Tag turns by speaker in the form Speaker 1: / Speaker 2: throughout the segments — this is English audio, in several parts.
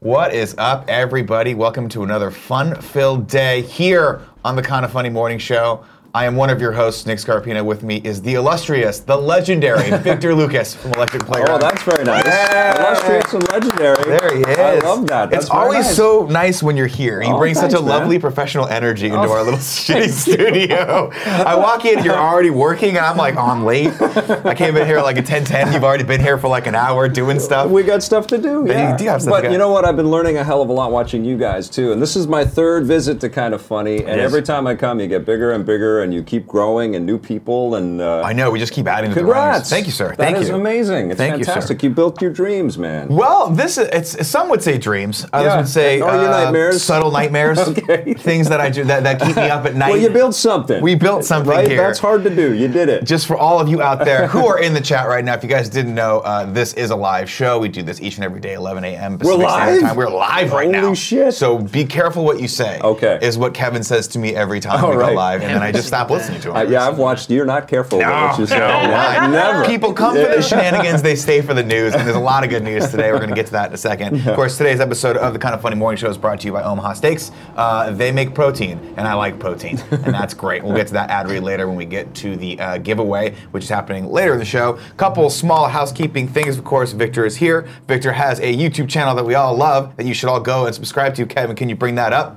Speaker 1: What is up, everybody? Welcome to another fun filled day here on the Kind of Funny Morning Show. I am one of your hosts, Nick Scarpino. With me is the illustrious, the legendary Victor Lucas from Electric
Speaker 2: Oh,
Speaker 1: Playground.
Speaker 2: that's very nice.
Speaker 1: Yeah.
Speaker 2: Illustrious and legendary.
Speaker 1: There he is.
Speaker 2: I love that. That's
Speaker 1: it's
Speaker 2: very
Speaker 1: always
Speaker 2: nice.
Speaker 1: so nice when you're here. You
Speaker 2: Oh,
Speaker 1: bring such a
Speaker 2: thanks, man.
Speaker 1: lovely professional energy into
Speaker 2: Oh,
Speaker 1: our little shitty studio. I walk in, you're already working, and I'm like, oh, I'm late. I came in here at like a 10:10. You've already been here for like an hour doing stuff.
Speaker 2: We got stuff to do. Yeah.
Speaker 1: do have stuff
Speaker 2: but
Speaker 1: to go.
Speaker 2: you know what? I've been learning a hell of a lot watching you guys too. And this is my third visit to Kind of Funny. And
Speaker 1: Yes.
Speaker 2: every time I come, you get bigger and bigger, and you keep growing, and new people. And uh,
Speaker 1: I know. We just keep adding to the
Speaker 2: congrats!
Speaker 1: ranks. Thank you, sir.
Speaker 2: That
Speaker 1: Thank
Speaker 2: is
Speaker 1: you.
Speaker 2: amazing. It's
Speaker 1: Thank you, sir.
Speaker 2: fantastic. You, built your dreams, man.
Speaker 1: Well, this is, it's some would say dreams. Others
Speaker 2: Yeah.
Speaker 1: would say
Speaker 2: Are you
Speaker 1: uh,
Speaker 2: nightmares?
Speaker 1: subtle nightmares.
Speaker 2: Okay.
Speaker 1: Things that I do that, that keep me up at night.
Speaker 2: Well, you built something.
Speaker 1: we built something
Speaker 2: right.
Speaker 1: here.
Speaker 2: That's hard to do. You did it.
Speaker 1: just for all of you out there who are in the chat right now, if you guys didn't know, uh, this is a live show. We do this each and every day, 11 a.m. Pacific Standard
Speaker 2: live?
Speaker 1: Time. We're live right now.
Speaker 2: Holy shit.
Speaker 1: So be careful what you say.
Speaker 2: Okay.
Speaker 1: Is what Kevin says to me every time
Speaker 2: All
Speaker 1: we go
Speaker 2: right.
Speaker 1: live, and then I just stop
Speaker 3: Every
Speaker 1: listening to him.
Speaker 2: Uh, yeah, I've watched. You're not careful with
Speaker 1: No,
Speaker 2: what you say.
Speaker 1: no,
Speaker 2: Yeah,
Speaker 1: why?
Speaker 2: Never.
Speaker 1: People come for the shenanigans, they stay for the news, and there's a lot of good news today. We're going to get to that in a second. Of course, today's episode of the Kind of Funny Morning Show is brought to you by Omaha Steaks. Uh, they make protein, and I like protein, and that's great. We'll get to that ad read later when we get to the uh, giveaway, which is happening later in the show. Couple small housekeeping things, of course. Victor is here. Victor has a YouTube channel that we all love that you should all go and subscribe to. Kevin, can you bring that up?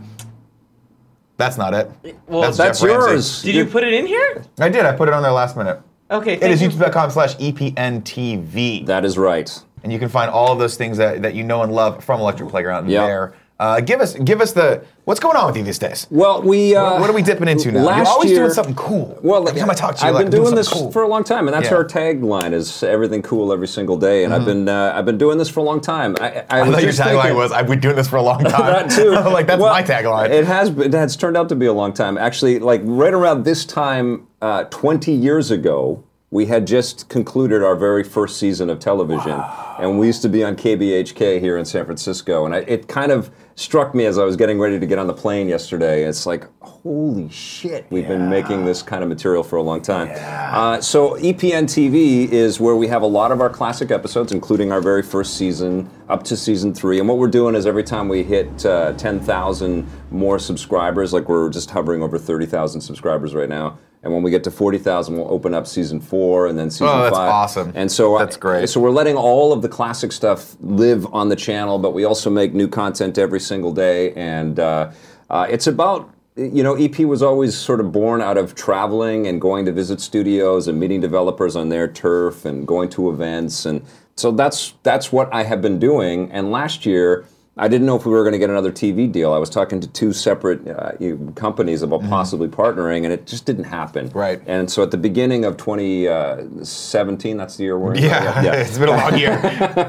Speaker 1: That's not it.
Speaker 3: Well,
Speaker 2: That's
Speaker 1: Jeff Ramsey.
Speaker 2: yours.
Speaker 3: Did you put it in here?
Speaker 1: I did. I put it on there last minute.
Speaker 3: Okay,
Speaker 1: It
Speaker 3: thank
Speaker 1: is
Speaker 3: you.
Speaker 1: youtube.com slash E EPNTV.
Speaker 2: That is right.
Speaker 1: and you can find all of those things that, that you know and love from Electric Playground
Speaker 2: Yeah.
Speaker 1: there. Uh, give us give us the what's going on with you these days?
Speaker 2: Well, we. Uh,
Speaker 1: what are we dipping into now? You're
Speaker 2: last
Speaker 1: always
Speaker 2: year-
Speaker 1: doing something cool.
Speaker 2: Well,
Speaker 1: every time I talk to you,
Speaker 2: I've
Speaker 1: like,
Speaker 2: been
Speaker 1: I'm
Speaker 2: doing, this
Speaker 1: something cool.
Speaker 2: for a long time, and that's
Speaker 1: Yeah. Mm-hmm.
Speaker 2: our tagline: is everything cool every single day. And I've been uh, I've been doing this for a long time. I, I,
Speaker 1: I
Speaker 2: was
Speaker 1: thought your
Speaker 2: just
Speaker 1: tagline
Speaker 2: thinking-
Speaker 1: was "I've been doing this for a long time."
Speaker 2: that too.
Speaker 1: I'm like that's
Speaker 2: Well,
Speaker 1: my tagline.
Speaker 2: It has been, it has turned out to be a long time. Actually, like right around this time, uh, 20 years ago, we had just concluded our very first season of television, and we used to be on KBHK here in San Francisco. And I, it kind of struck me as I was getting ready to get on the plane yesterday. It's like, holy shit, we've been making this kind of material for a long time. Uh, so EPN TV is where we have a lot of our classic episodes, including our very first season up to season three. And what we're doing is every time we hit uh, 10,000 more subscribers, like we're just hovering over 30,000 subscribers right now. And when we get to 40,000, we'll open up season four and then season
Speaker 1: Oh, that's
Speaker 2: five.
Speaker 1: awesome.
Speaker 2: And so I-
Speaker 1: That's great.
Speaker 2: So we're letting all of the classic stuff live on the channel, but we also make new content every single day. And uh, uh, it's about you know EP was always sort of born out of traveling and going to visit studios and meeting developers on their turf and going to events and so that's that's what I have been doing. And last year. I didn't know if we were going to get another TV deal. I was talking to two separate uh, you- companies about possibly partnering, and it just didn't happen.
Speaker 1: Right.
Speaker 2: And so at the beginning of 2017, that's the year we're in.
Speaker 1: yeah, it's been a long year.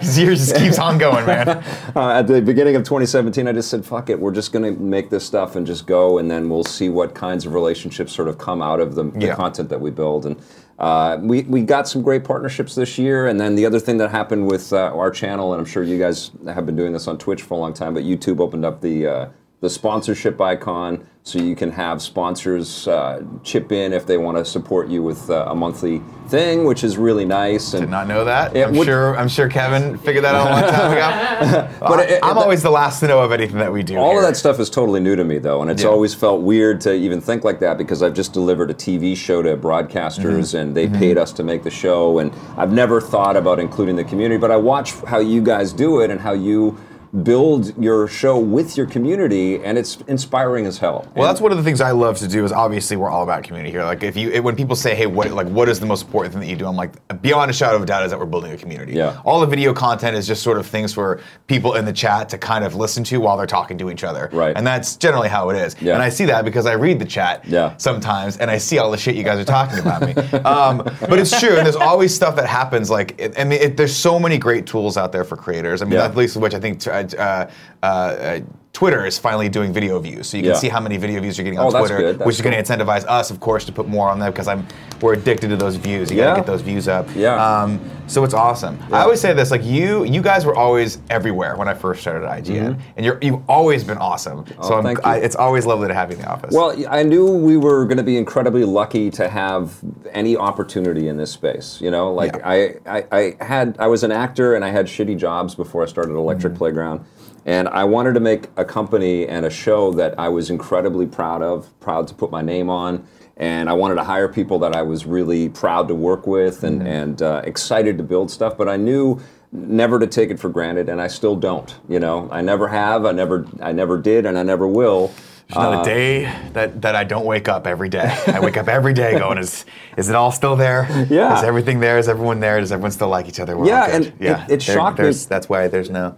Speaker 1: This year just keeps on going, man.
Speaker 2: Uh, at the beginning of 2017, I just said, fuck it, we're just going to make this stuff and just go, and then we'll see what kinds of relationships sort of come out of the, the
Speaker 1: Yeah.
Speaker 2: content that we build. And uh, we, we got some great partnerships this year. And then the other thing that happened with uh, our channel, and I'm sure you guys have been doing this on Twitch for a long time, but YouTube opened up the. Uh, the sponsorship icon, so you can have sponsors uh, chip in if they want to support you with uh, a monthly thing, which is really nice. And
Speaker 1: Did not know that.
Speaker 2: Yeah,
Speaker 1: I'm
Speaker 2: what-
Speaker 1: sure. I'm sure Kevin figured that out a long time ago.
Speaker 2: But it- it-
Speaker 1: I'm always the last to know of anything that we do.
Speaker 2: All
Speaker 1: here.
Speaker 2: of that stuff is totally new to me, though, and it's
Speaker 1: Yeah.
Speaker 2: always felt weird to even think like that because I've just delivered a TV show to
Speaker 1: Mm-hmm.
Speaker 2: broadcasters, and they paid us to make the show, and I've never thought about including the community. But I watch how you guys do it and how you build your show with your community, and it's inspiring as hell.
Speaker 1: Well, that's one of the things I love to do. Is obviously we're all about community here. Like if you it, when people say, "Hey, what like what is the most important thing that you do?" I'm like, beyond a shadow of a doubt, is that we're building a community.
Speaker 2: Yeah.
Speaker 1: All the video content is just sort of things for people in the chat to kind of listen to while they're talking to each other.
Speaker 2: Right.
Speaker 1: And that's generally how it is.
Speaker 2: Yeah.
Speaker 1: And I see that because I read the chat
Speaker 2: Yeah.
Speaker 1: sometimes and I see all the shit you guys are talking about me. Um, but it's true. And there's always stuff that happens. Like it, I mean, it, there's so many great tools out there for creators. I mean,
Speaker 2: Yeah.
Speaker 1: at least of which I think. Uh, uh, uh, Twitter is finally doing video views, so you can
Speaker 2: Yeah.
Speaker 1: see how many video views you're getting on
Speaker 2: Oh, that's
Speaker 1: Twitter,
Speaker 2: good. That's
Speaker 1: which is going to incentivize us, of course, to put more on that because I'm we're addicted to those views. You got
Speaker 2: Yeah.
Speaker 1: to get those views up.
Speaker 2: Yeah.
Speaker 1: Um, so it's awesome. I always say this: like you, you guys were always everywhere when I first started at IGN, and you're, you've always been awesome. so I'm,
Speaker 2: Mm-hmm. Oh, thank you.
Speaker 1: I, it's always lovely to have you in the office.
Speaker 2: Well, I knew we were going to be incredibly lucky to have any opportunity in this space. You know, like
Speaker 1: Yeah.
Speaker 2: I, I, I had I was an actor and I had shitty jobs before I started Electric Playground, And I wanted to make a company and a show that I was incredibly proud of, proud to put my name on. And I wanted to hire people that I was really proud to work with and, and uh, excited to build stuff. But I knew never to take it for granted, and I still don't. You know, I never have, I never, I never did, and I never will.
Speaker 1: There's
Speaker 2: uh,
Speaker 1: not a day that, that I don't wake up every day. I wake up every day going, is is it all still there?
Speaker 2: Yeah.
Speaker 1: Is everything there? Is everyone there? Does everyone still like each other? We're all
Speaker 2: Yeah,
Speaker 1: good."
Speaker 2: and it- it shocked me.
Speaker 1: there's- That's why there's no.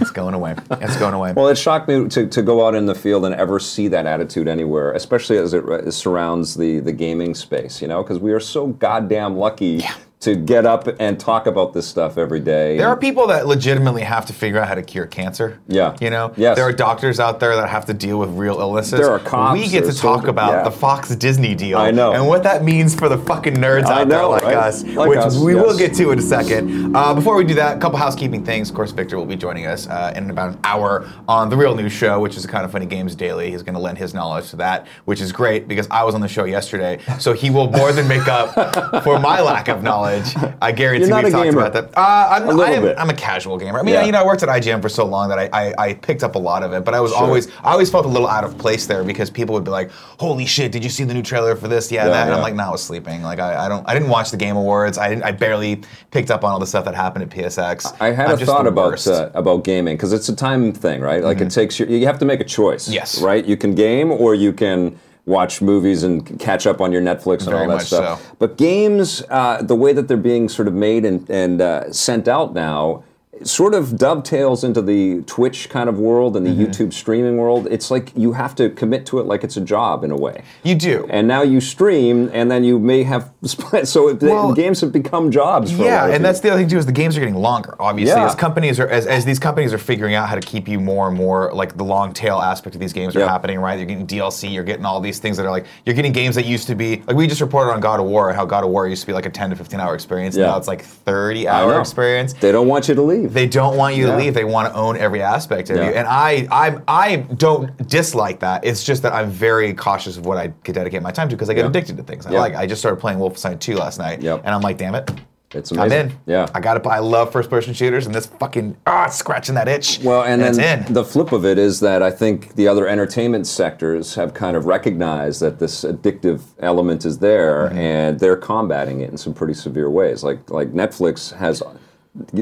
Speaker 1: It's going away. It's going away.
Speaker 2: Well, it shocked me to, to go out in the field and ever see that attitude anywhere, especially as it re- surrounds the, the gaming space, you know, because we are so goddamn lucky to get up and talk about this stuff every day.
Speaker 1: There are people that legitimately have to figure out how to cure cancer.
Speaker 2: Yeah.
Speaker 1: You know?
Speaker 2: Yes.
Speaker 1: There are doctors out there that have to deal with real illnesses.
Speaker 2: There are cops,
Speaker 1: We get
Speaker 2: there
Speaker 1: to
Speaker 2: are
Speaker 1: talk
Speaker 2: soldiers,
Speaker 1: about
Speaker 2: yeah.
Speaker 1: the Fox Disney deal.
Speaker 2: I know.
Speaker 1: And what that means for the fucking nerds
Speaker 2: I
Speaker 1: out there
Speaker 2: know,
Speaker 1: like
Speaker 2: right?
Speaker 1: us,
Speaker 2: Like
Speaker 1: which
Speaker 2: us,
Speaker 1: we will
Speaker 2: yes.
Speaker 1: get to in a second. Uh, before we do that, a couple housekeeping things. Of course, Victor will be joining us uh, in about an hour on The Real News Show, which is a kind of funny games daily. He's going to lend his knowledge to that, which is great because I was on the show yesterday. So he will more than make up for my lack of knowledge. I guarantee
Speaker 2: You're not
Speaker 1: we
Speaker 2: a
Speaker 1: talked
Speaker 2: gamer.
Speaker 1: about that. Uh, I'm,
Speaker 2: little
Speaker 1: I am-
Speaker 2: bit.
Speaker 1: I'm a casual gamer. I mean,
Speaker 2: Yeah.
Speaker 1: you know, I worked at IGN for so long that I, I, I picked up a lot of it, but I was always I always felt a little out of place there because people would be like, "Holy shit, did you see the new trailer for this? Yeah,
Speaker 2: Yeah,
Speaker 1: that." And I'm
Speaker 2: yeah.
Speaker 1: like, "No, I was sleeping. Like, I, I don't I didn't watch the Game Awards. I didn't, I barely picked up on all the stuff that happened at PSX.
Speaker 2: I had
Speaker 1: I'm
Speaker 2: a
Speaker 1: just
Speaker 2: thought
Speaker 1: the
Speaker 2: about
Speaker 1: worst. Mm-hmm.
Speaker 2: uh, about gaming because it's a time thing, right? Like it takes you, you have to make a choice.
Speaker 1: Yes.
Speaker 2: Right. You can game or you can watch movies and c- catch up on your Netflix and
Speaker 1: Very
Speaker 2: all that
Speaker 1: much
Speaker 2: stuff.
Speaker 1: so.
Speaker 2: But games, uh, the way that they're being sort of made and and uh, sent out now. Sort of dovetails into the Twitch kind of world
Speaker 1: Mm-hmm.
Speaker 2: and the YouTube streaming world. It's like you have to commit to it like it's a job in a way.
Speaker 1: you do.
Speaker 2: And now you stream, and then you may have split. So it,
Speaker 1: Well-
Speaker 2: games have become jobs. For a lot
Speaker 1: yeah,
Speaker 2: of
Speaker 1: and
Speaker 2: people.
Speaker 1: that's the other thing too is the games are getting longer. Obviously,
Speaker 2: Yeah.
Speaker 1: as companies are as, as these companies are figuring out how to keep you more and more like the long tail aspect of these games are
Speaker 2: Yeah.
Speaker 1: happening. Right, you're getting DLC, you're getting all these things that are like you're getting games that used to be like we just reported on God of War how God of War used to be like a 10 to 15 hour experience.
Speaker 2: Yeah.
Speaker 1: Now it's like 30
Speaker 2: I
Speaker 1: hour
Speaker 2: know.
Speaker 1: experience.
Speaker 2: They don't want you to leave.
Speaker 1: They don't want you
Speaker 2: Yeah.
Speaker 1: to leave. They want to own every aspect of
Speaker 2: Yeah.
Speaker 1: you. And I, I, I don't dislike that. It's just that I'm very cautious of what I could dedicate my time to because I get
Speaker 2: Yeah.
Speaker 1: addicted to things. I
Speaker 2: Yeah.
Speaker 1: like. I just started playing Wolfenstein 2 last night,
Speaker 2: Yep.
Speaker 1: and I'm like, damn it.
Speaker 2: It's
Speaker 1: I'm
Speaker 2: amazing.
Speaker 1: in.
Speaker 2: Yeah.
Speaker 1: I got to I love first person shooters, and this fucking ah, it's scratching that itch.
Speaker 2: well, and
Speaker 1: it's
Speaker 2: then
Speaker 1: in.
Speaker 2: the flip of it is that I think the other entertainment sectors have kind of recognized that this addictive element is there,
Speaker 1: Mm-hmm.
Speaker 2: and they're combating it in some pretty severe ways. Like like Netflix has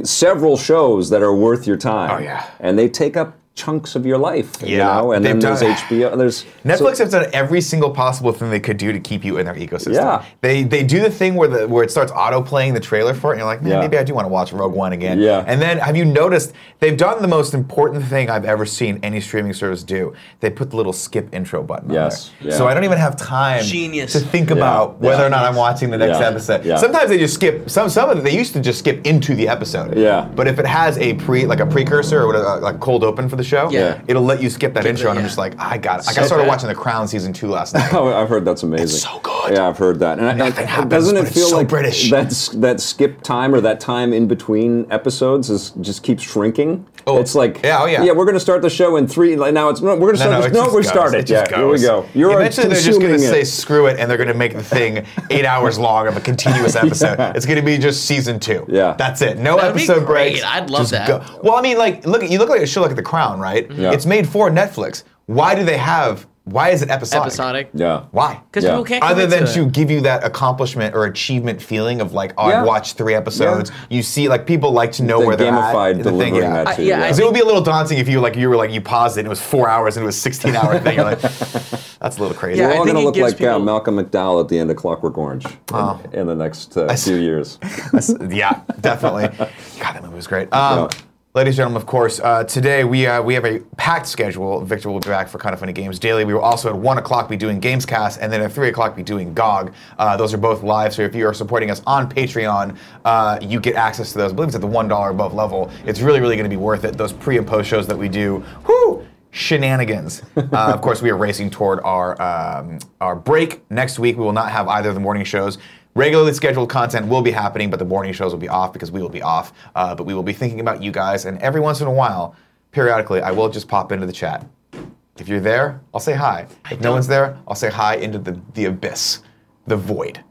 Speaker 2: several shows that are worth your time.
Speaker 1: Oh, yeah.
Speaker 2: and they take up chunks of your life. you
Speaker 1: Yeah,
Speaker 2: know? and then
Speaker 1: they've done-
Speaker 2: there's HBO. There's
Speaker 1: Netflix has done every single possible thing they could do to keep you in their ecosystem.
Speaker 2: Yeah.
Speaker 1: They they do the thing where the where it starts auto playing the trailer for it, and you're like, man,
Speaker 2: Yeah.
Speaker 1: maybe I do want to watch Rogue One again.
Speaker 2: Yeah.
Speaker 1: And then have you noticed they've done the most important thing I've ever seen any streaming service do? They put the little skip intro button. on
Speaker 2: Yes,
Speaker 1: there.
Speaker 2: yeah.
Speaker 1: So I don't even have time
Speaker 3: Genius.
Speaker 1: to think about
Speaker 2: yeah.
Speaker 1: whether or not I'm watching the next
Speaker 2: Yeah,
Speaker 1: episode.
Speaker 2: yeah.
Speaker 1: Sometimes they just skip. Some some of it, they used to just skip into the episode.
Speaker 2: Yeah.
Speaker 1: But if it has a pre like a precursor or what, uh, like cold open for the show,
Speaker 3: Yeah.
Speaker 1: it'll let you skip that intro. and I'm
Speaker 3: yeah.
Speaker 1: just like, I got it. Like I
Speaker 3: So
Speaker 1: started
Speaker 3: bad.
Speaker 1: watching The Crown season two last night.
Speaker 2: Oh, I've heard that's amazing.
Speaker 1: so good.
Speaker 2: Yeah, I've heard that. And I,
Speaker 1: Nothing happens,
Speaker 2: doesn't
Speaker 1: but
Speaker 2: it
Speaker 1: it's
Speaker 2: feel
Speaker 1: so
Speaker 2: like
Speaker 1: British.
Speaker 2: That's that skip time or that time in between episodes is just keeps shrinking.
Speaker 1: Oh,
Speaker 2: it's like
Speaker 1: yeah, oh, yeah.
Speaker 2: Yeah, we're going to start the show in three. Like now it's no, we're going to start. this,
Speaker 1: it just
Speaker 2: we're
Speaker 1: goes.
Speaker 2: started.
Speaker 1: It
Speaker 2: yeah,
Speaker 1: just
Speaker 2: here we
Speaker 1: goes.
Speaker 2: go. You're
Speaker 1: Eventually, they're just
Speaker 2: going
Speaker 1: gonna
Speaker 2: to
Speaker 1: say screw it, and they're going to make the thing eight hours long of a continuous episode. It's going to be just season two.
Speaker 2: Yeah.
Speaker 1: that's it. No
Speaker 3: That'd be
Speaker 1: episode
Speaker 3: great.
Speaker 1: breaks.
Speaker 3: I'd love
Speaker 1: Just
Speaker 3: that.
Speaker 1: Well, I mean, like look, you look like a show like The Crown, right?
Speaker 2: Yeah.
Speaker 1: It's made for Netflix. Why do they have? Why is it episodic?
Speaker 3: Episodic.
Speaker 2: Yeah.
Speaker 1: Why?
Speaker 3: Because
Speaker 2: Yeah.
Speaker 3: people can't.
Speaker 1: Other
Speaker 3: commit
Speaker 1: than
Speaker 3: to
Speaker 1: to
Speaker 3: it.
Speaker 1: give you that accomplishment or achievement feeling of like, oh,
Speaker 2: Yeah.
Speaker 1: I've watched three episodes. You see, like people like to know
Speaker 2: They
Speaker 1: where they're
Speaker 2: gamified
Speaker 1: at.
Speaker 2: delivering that
Speaker 3: I-
Speaker 2: to
Speaker 3: yeah,
Speaker 2: you.
Speaker 3: I
Speaker 1: Because it would be a little daunting if you like you were like you paused it and it was four hours and it was sixteen hour thing. You're like, that's a little crazy.
Speaker 3: Yeah,
Speaker 2: We're
Speaker 3: I
Speaker 2: all
Speaker 3: think
Speaker 2: going to
Speaker 3: it
Speaker 2: look
Speaker 3: gives
Speaker 2: like uh,
Speaker 3: people-
Speaker 2: Malcolm McDowell at the end of Clockwork Orange in-
Speaker 1: Oh.
Speaker 2: in, the next uh, few years.
Speaker 1: That's- yeah, definitely. God, that movie was great. Um,
Speaker 2: Yeah.
Speaker 1: Ladies and gentlemen, of course, uh, today we uh, we have a packed schedule. Victor will be back for Kind of Funny Games Daily. We will also at 1 o'clock be doing Gamescast, and then at 3 o'clock be doing GOG. Uh, those are both live, so if you are supporting us on Patreon, uh, you get access to those. I believe it's at the $1 above level. It's really, really going to be worth it. Those pre and post shows that we do, whoo, shenanigans. uh, of course, we are racing toward our um, our break next week. We will not have either of the morning shows. Regularly scheduled content will be happening, but the morning shows will be off because we will be off. Uh, but we will be thinking about you guys, and every once in a while, periodically, I will just pop into the chat. If you're there, I'll say hi. If no one's there, I'll say hi into the, the abyss, the void.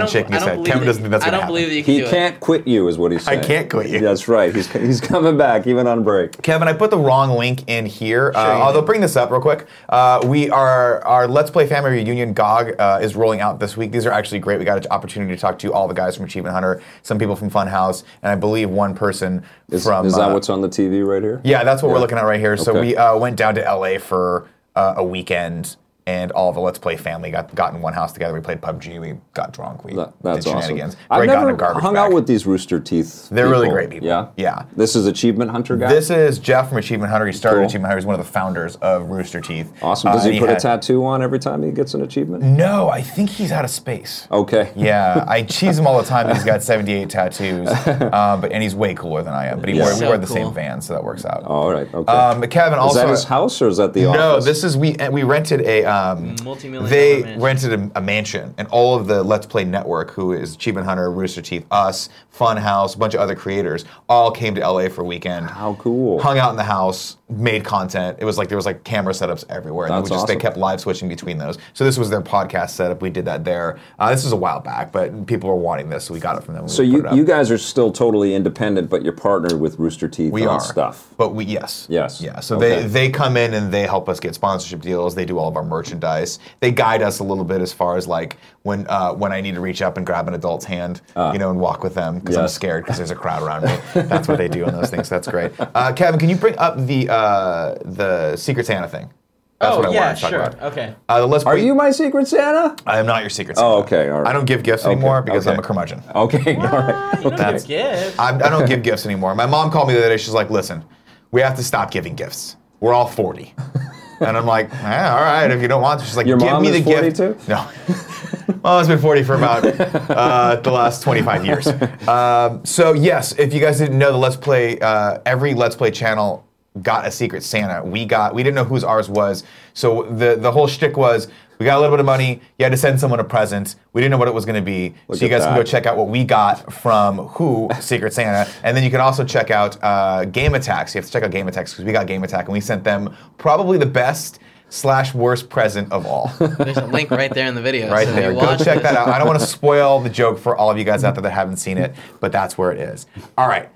Speaker 1: Kevin
Speaker 3: don't,
Speaker 1: Chickney
Speaker 3: I don't
Speaker 1: said.
Speaker 3: believe
Speaker 1: Kevin
Speaker 3: that-
Speaker 1: doesn't think that's
Speaker 3: I
Speaker 1: gonna
Speaker 3: don't
Speaker 1: happen.
Speaker 3: believe that you can
Speaker 2: He
Speaker 3: do it.
Speaker 2: can't quit you, is what he's saying.
Speaker 1: can't quit you.
Speaker 2: That's right. He's he's coming back even on break.
Speaker 1: Kevin, I put the wrong link in here.
Speaker 3: Sure
Speaker 1: uh,
Speaker 3: you
Speaker 1: although,
Speaker 3: did.
Speaker 1: bring this up real quick. Uh, we are our Let's Play Family Reunion GOG uh, is rolling out this week. These are actually great. We got an opportunity to talk to all the guys from Achievement Hunter, some people from Funhouse, and I believe one person
Speaker 2: Is,
Speaker 1: from.
Speaker 2: is that
Speaker 1: uh,
Speaker 2: what's on the TV right here?
Speaker 1: Yeah, that's what we're looking at right here. So
Speaker 2: Okay.
Speaker 1: we uh, went down to LA for uh, a weekend, and all the Let's Play family got got in one house together. We played PUBG. We got drunk. We
Speaker 2: That- that's
Speaker 1: did
Speaker 2: awesome.
Speaker 1: shenanigans.
Speaker 2: I've
Speaker 1: Greg got in a
Speaker 2: never
Speaker 1: garbage
Speaker 2: hung
Speaker 1: bag.
Speaker 2: out with these Rooster Teeth.
Speaker 1: They're really great people.
Speaker 2: Yeah,
Speaker 1: Yeah.
Speaker 2: This is Achievement Hunter guy.
Speaker 1: This is Jeff from Achievement Hunter. He started
Speaker 2: Cool.
Speaker 1: Achievement Hunter. He's one of the founders of Rooster Teeth.
Speaker 2: awesome. Does
Speaker 1: Uh, and
Speaker 2: he put
Speaker 1: had-
Speaker 2: a tattoo on every time he gets an achievement?
Speaker 1: No, I think he's out of space.
Speaker 2: Okay.
Speaker 1: Yeah, I cheese him all the time. He's got 78 tattoos, um, but and he's way cooler than I am. But he wore, we
Speaker 3: So
Speaker 1: wear the same
Speaker 3: cool.
Speaker 1: van, so that works out.
Speaker 2: All right. Okay.
Speaker 1: Um, but Kevin
Speaker 2: Oh. is
Speaker 1: also
Speaker 2: that his house or is that the
Speaker 1: No,
Speaker 2: office?
Speaker 1: this is we and we rented a um,
Speaker 3: Multi-million
Speaker 1: They
Speaker 3: dollar mansion.
Speaker 1: rented a, a mansion, and all of the Let's Play Network, who is Achievement Hunter, Rooster Teeth, us, Funhouse, a bunch of other creators, all came to LA for a weekend.
Speaker 2: How cool.
Speaker 1: Hung out in the house, made content. It was like there was like camera setups everywhere. and
Speaker 2: That's
Speaker 1: we just, They
Speaker 2: awesome.
Speaker 1: kept live switching between those. So this was their podcast setup. We did that there. Uh, this was a while back, but people were wanting this, so we got it from them.
Speaker 2: So you you guys are still totally independent, but you're partnered with Rooster Teeth
Speaker 1: we
Speaker 2: on
Speaker 1: are
Speaker 2: stuff.
Speaker 1: but we yes
Speaker 2: Yes.
Speaker 1: yeah so they
Speaker 2: Okay.
Speaker 1: they come in and they help us get sponsorship deals they do all of our merchandise they guide us a little bit as far as like when uh, when i need to reach up and grab an adult's hand you know and walk with them because i'm
Speaker 2: Ah. Yes.
Speaker 1: scared because there's a crowd around me that's what they do on those things that's great uh, kevin can you bring up the uh, the secret santa thing that's
Speaker 3: oh,
Speaker 1: what i
Speaker 3: yeah,
Speaker 1: wanted to talk
Speaker 3: sure.
Speaker 1: about
Speaker 3: Okay.
Speaker 1: uh, the let's
Speaker 2: Are
Speaker 1: Play-
Speaker 2: you my Secret Santa?
Speaker 1: i am not your secret santa
Speaker 2: Oh, okay, all right.
Speaker 1: i don't give gifts anymore because
Speaker 2: okay.
Speaker 1: i'm a curmudgeon
Speaker 2: Okay. All right.
Speaker 3: Ah, you don't
Speaker 1: That's-
Speaker 3: get gifts.
Speaker 1: I'm, I don't give gifts anymore. My mom called me the other day. She's like, "Listen, we have to stop giving gifts. We're all 40." And I'm like, "Eh, "All right, if you don't want to." She's like,
Speaker 2: Your
Speaker 1: "Give
Speaker 2: mom
Speaker 1: me
Speaker 2: is
Speaker 1: the
Speaker 2: 40
Speaker 1: gift."
Speaker 2: too?
Speaker 1: No. well, it's been 40 for about uh, the last 25 years. Um, so yes, if you guys didn't know, the Let's Play uh, every Let's Play channel got a Secret Santa. We got we didn't know whose ours was. So the the whole shtick was. We got a little bit of money. You had to send someone a present. We didn't know what it was going to be. so you
Speaker 2: at
Speaker 1: guys can go
Speaker 2: that.
Speaker 1: check out what we got from Who Secret Santa, and then you can also check out uh, Game Attacks. You have to check out Game Attacks because we got Game Attack, and we sent them probably the best slash worst present of all.
Speaker 3: There's a link right there in the video.
Speaker 1: Right
Speaker 3: so
Speaker 1: there.
Speaker 3: You
Speaker 1: Go
Speaker 3: watch
Speaker 1: check
Speaker 3: it.
Speaker 1: that out. I don't want to spoil the joke for all of you guys out there that haven't seen it, but that's where it is. All right.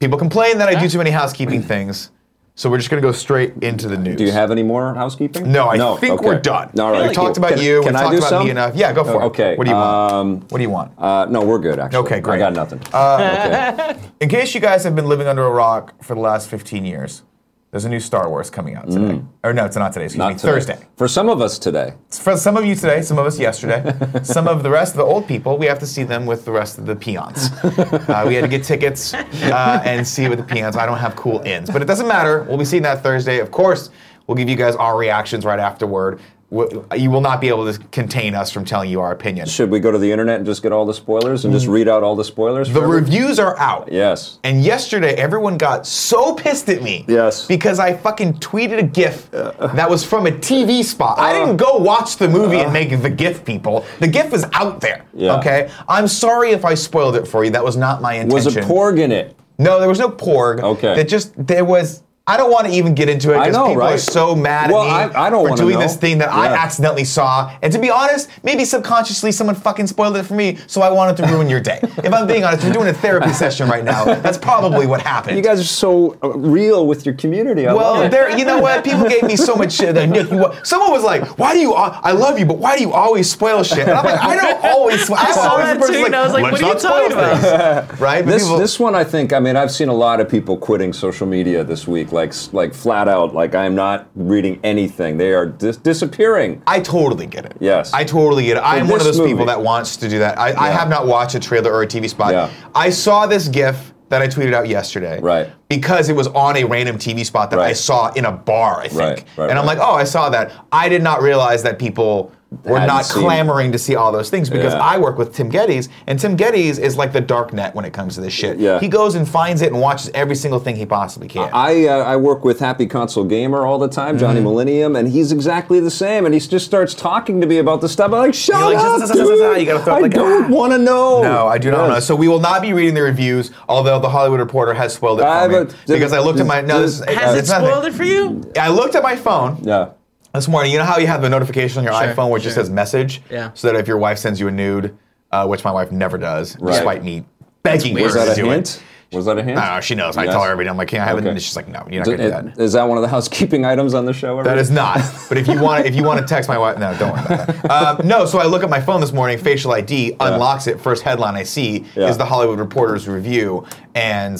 Speaker 1: People complain that I do too many housekeeping things, so we're just going to go straight into the news.
Speaker 2: Do you have any more housekeeping?
Speaker 1: No, I think
Speaker 2: okay.
Speaker 1: we're done.
Speaker 2: All right.
Speaker 1: We talked about
Speaker 2: Can-
Speaker 1: you.
Speaker 2: Can
Speaker 1: we
Speaker 2: I
Speaker 1: talked
Speaker 2: do
Speaker 1: about
Speaker 2: some?
Speaker 1: me enough. Yeah, go for it.
Speaker 2: Okay.
Speaker 1: What do you want?
Speaker 2: Um,
Speaker 1: what do you want?
Speaker 2: Uh, no, we're good. Actually.
Speaker 1: Okay, great. Uh,
Speaker 2: I got nothing. okay.
Speaker 1: In case you guys have been living under a rock for the last 15 years, there's a new Star Wars coming out today. Or no, it's not today. Excuse me,
Speaker 2: Mm. Not today.
Speaker 1: Thursday.
Speaker 2: For some of us today.
Speaker 1: It's For some of you today, some of us yesterday, some of the rest of the old people, we have to see them with the rest of the peons. Uh, we had to get tickets uh, and see with the peons. I don't have cool ins, but it doesn't matter. We'll be seeing that Thursday. Of course, we'll give you guys our reactions right afterward. W- You will not be able to contain us from telling you our opinion.
Speaker 2: Should we go to the internet and just get all the spoilers and just read out all the spoilers?
Speaker 1: Mm. The
Speaker 2: for every-
Speaker 1: reviews are out.
Speaker 2: Yes.
Speaker 1: And yesterday, everyone got so pissed at me.
Speaker 2: Yes.
Speaker 1: Because I fucking tweeted a GIF that was from a TV spot.
Speaker 2: Uh.
Speaker 1: I didn't go watch the movie and make the GIF, people. The GIF is out there.
Speaker 2: Yeah.
Speaker 1: Okay. I'm sorry if I spoiled it for you. That was not my
Speaker 2: Was
Speaker 1: intention.
Speaker 2: a porg in it?
Speaker 1: No, there was no porg.
Speaker 2: Okay.
Speaker 1: That just there was. I don't want to even get into it
Speaker 2: I
Speaker 1: because
Speaker 2: know,
Speaker 1: people are
Speaker 2: right?
Speaker 1: so mad
Speaker 2: Well,
Speaker 1: at me
Speaker 2: I- I don't
Speaker 1: for
Speaker 2: wanna
Speaker 1: doing
Speaker 2: know.
Speaker 1: this thing that I
Speaker 2: Yeah.
Speaker 1: accidentally saw. And to be honest, maybe subconsciously someone fucking spoiled it for me, so I wanted to ruin your day. if I'm being honest, we're doing a therapy session right now. That's probably what happened.
Speaker 2: You guys are so uh, real with your community. I love
Speaker 1: Well,
Speaker 2: it.
Speaker 1: there. You know what? People gave me so much shit. That Nick, you, wa- someone was like, "Why do you? al- I love you, but why do you always spoil shit?" And I'm like, "I don't always. spoil. I'm
Speaker 3: saw
Speaker 1: always
Speaker 3: that
Speaker 1: the person
Speaker 3: too,
Speaker 1: like,
Speaker 3: and I was like,
Speaker 1: "Let's
Speaker 3: what are you
Speaker 1: not spoil
Speaker 3: talking
Speaker 1: things." right? But
Speaker 2: This,
Speaker 1: people-
Speaker 2: this one, I think. I mean, I've seen a lot of people quitting social media this week, like s- like flat out, like I'm not reading anything. They are dis- disappearing.
Speaker 1: I totally get it.
Speaker 2: Yes.
Speaker 1: I totally get it. I am one of
Speaker 2: this
Speaker 1: those people
Speaker 2: movie.
Speaker 1: that wants to do that. I, I
Speaker 2: Yeah.
Speaker 1: have not watched a trailer or a TV spot.
Speaker 2: Yeah.
Speaker 1: I saw this GIF that I tweeted out yesterday.
Speaker 2: Right.
Speaker 1: Because it was on a random TV spot that I
Speaker 2: Right.
Speaker 1: saw in a bar, I think.
Speaker 2: Right, right,
Speaker 1: and I'm
Speaker 2: right.
Speaker 1: like, oh, I saw that. I did not realize that people were
Speaker 2: Hadn't
Speaker 1: not
Speaker 2: seen-
Speaker 1: clamoring to see all those things because
Speaker 2: Yeah.
Speaker 1: I work with Tim Geddes, and Tim Geddes is like the dark net when it comes to this shit.
Speaker 2: Yeah.
Speaker 1: He goes and finds it and watches every single thing he possibly can.
Speaker 2: I uh, I work with Happy Console Gamer all the time, Johnny
Speaker 1: Mm-hmm.
Speaker 2: Millennium, and he's exactly the same. And he just starts talking to me about this stuff. I'm like, shut
Speaker 1: You're like,
Speaker 2: up,
Speaker 1: "Zzzz, zzzz,
Speaker 2: dude.
Speaker 1: zzzz," you gotta throw it
Speaker 2: I
Speaker 1: like,
Speaker 2: don't
Speaker 1: "Ah."
Speaker 2: want to know.
Speaker 1: No, I do not know. So we will not be reading the reviews, although the Hollywood Reporter has spoiled it for
Speaker 2: I
Speaker 1: me
Speaker 2: have a-
Speaker 1: because I looked at my no. This is,
Speaker 3: Has it
Speaker 1: it's nothing.
Speaker 3: spoiled it for you?
Speaker 1: I looked at my phone
Speaker 2: Yeah.
Speaker 1: this morning, you know how you have the notification on your
Speaker 3: Sure,
Speaker 1: iPhone where it just
Speaker 3: sure.
Speaker 1: says message?
Speaker 3: Yeah.
Speaker 1: So that if your wife sends you a nude, uh, which my wife never does, despite me begging her
Speaker 3: weird.
Speaker 2: Was that
Speaker 1: to
Speaker 2: a
Speaker 1: do
Speaker 2: hint? Was that a hint?
Speaker 1: it. I don't know, she knows. I
Speaker 2: Yes.
Speaker 1: tell her every day, I'm like, can I have it?
Speaker 2: Okay.
Speaker 1: And she's like, no, you're not
Speaker 2: D-
Speaker 1: going to do that.
Speaker 2: it- Is that one of the housekeeping items on the show?
Speaker 1: That is not. But if you want, if you want to text my wife, no, don't worry about that. Um, no, so I look at my phone this morning. Facial ID unlocks it. First headline I see
Speaker 2: Yeah.
Speaker 1: is the Hollywood Reporter's review, and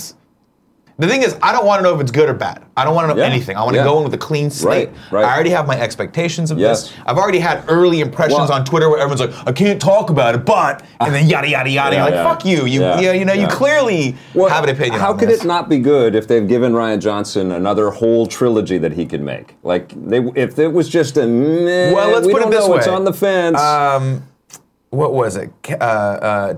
Speaker 1: the thing is, I don't want to know if it's good or bad. I don't want to know
Speaker 2: Yeah.
Speaker 1: anything. I want to
Speaker 2: Yeah.
Speaker 1: go in with a clean slate.
Speaker 2: Right, right.
Speaker 1: I already have my expectations of
Speaker 2: Yes.
Speaker 1: this. I've already had early impressions
Speaker 2: Well-
Speaker 1: on Twitter where everyone's like, "I can't talk about it," but and then yada yada yada.
Speaker 2: Yeah,
Speaker 1: like,
Speaker 2: yeah.
Speaker 1: fuck you. You
Speaker 2: Yeah,
Speaker 1: you, you know you
Speaker 2: yeah.
Speaker 1: clearly
Speaker 2: Well,
Speaker 1: have an opinion.
Speaker 2: How
Speaker 1: on
Speaker 2: could
Speaker 1: this.
Speaker 2: it not be good if they've given Ryan Johnson another whole trilogy that he could make? Like, they, if it was just a meh,
Speaker 1: Well, let's
Speaker 2: we
Speaker 1: put it
Speaker 2: don't
Speaker 1: this
Speaker 2: know, It's
Speaker 1: way.
Speaker 2: on the fence.
Speaker 1: um, what was it? Ca- Uh, uh,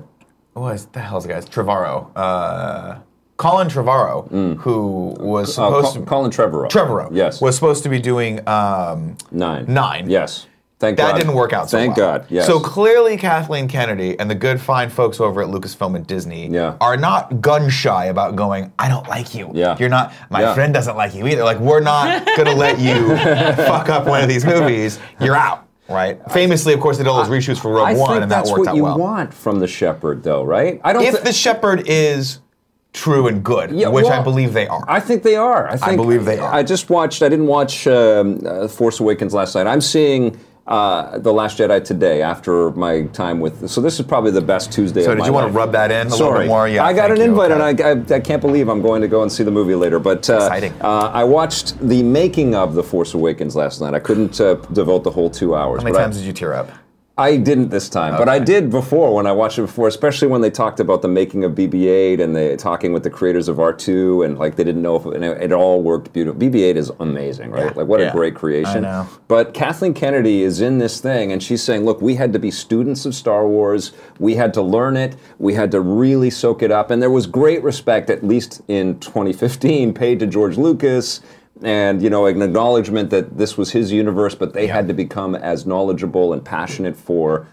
Speaker 1: what is the hell's the guy's Trevorrow? Uh, Colin Trevorrow, who was
Speaker 2: Uh, Mm. Col-
Speaker 1: supposed
Speaker 2: Colin Trevorrow.
Speaker 1: to Trevorrow,
Speaker 2: Yes.
Speaker 1: was supposed to be doing um,
Speaker 2: nine.
Speaker 1: Nine.
Speaker 2: Yes. Thank
Speaker 1: that
Speaker 2: God.
Speaker 1: didn't work out. So
Speaker 2: Thank
Speaker 1: well.
Speaker 2: God. Yes.
Speaker 1: So clearly, Kathleen Kennedy and the good fine folks over at Lucasfilm and Disney
Speaker 2: Yeah.
Speaker 1: are not gun shy about going. I don't like you.
Speaker 2: Yeah.
Speaker 1: You're not. My
Speaker 2: Yeah.
Speaker 1: friend doesn't like you either. Like we're not gonna let you fuck up one of these movies. You're out. Right. Famously, of course, they did all those reshoots for Rogue
Speaker 2: I
Speaker 1: One,
Speaker 2: think
Speaker 1: and that
Speaker 2: that's
Speaker 1: worked
Speaker 2: what
Speaker 1: out
Speaker 2: you
Speaker 1: well.
Speaker 2: want from the shepherd, though, right? I don't.
Speaker 1: if
Speaker 2: thi-
Speaker 1: the shepherd is true and good,
Speaker 2: Yeah,
Speaker 1: which I
Speaker 2: well,
Speaker 1: believe they are.
Speaker 2: I think they are. I, think,
Speaker 1: believe they are.
Speaker 2: I just watched. I didn't watch um, uh, Force Awakens last night. I'm seeing uh, the Last Jedi today after my time with. So this is probably the best Tuesday.
Speaker 1: so
Speaker 2: of
Speaker 1: did
Speaker 2: my
Speaker 1: you want
Speaker 2: life.
Speaker 1: to rub that in a little
Speaker 2: Sorry,
Speaker 1: bit more? Yeah,
Speaker 2: I got
Speaker 1: thank
Speaker 2: an
Speaker 1: you.
Speaker 2: invite,
Speaker 1: Okay.
Speaker 2: and I, I, I can't believe I'm going to go and see the movie later. But uh,
Speaker 1: Exciting.
Speaker 2: Uh, I watched the making of the Force Awakens last night. I couldn't uh, devote the whole two hours.
Speaker 1: How many
Speaker 2: but I-
Speaker 1: times did you tear up?
Speaker 2: I didn't this time, but I did before when I watched it before, especially when they talked about the making of BB-8 and the talking with the creators of R2 and like they didn't know if and it, it all worked beautiful. BB-8 is amazing, right? like what
Speaker 1: yeah.
Speaker 2: a great creation.
Speaker 1: I know.
Speaker 2: But Kathleen Kennedy is in this thing and she's saying, "Look, we had to be students of Star Wars. We had to learn it. We had to really soak it up." And there was great respect at least in 2015 paid to George Lucas. And you know, an acknowledgement that this was his universe, but they had to become as knowledgeable and passionate for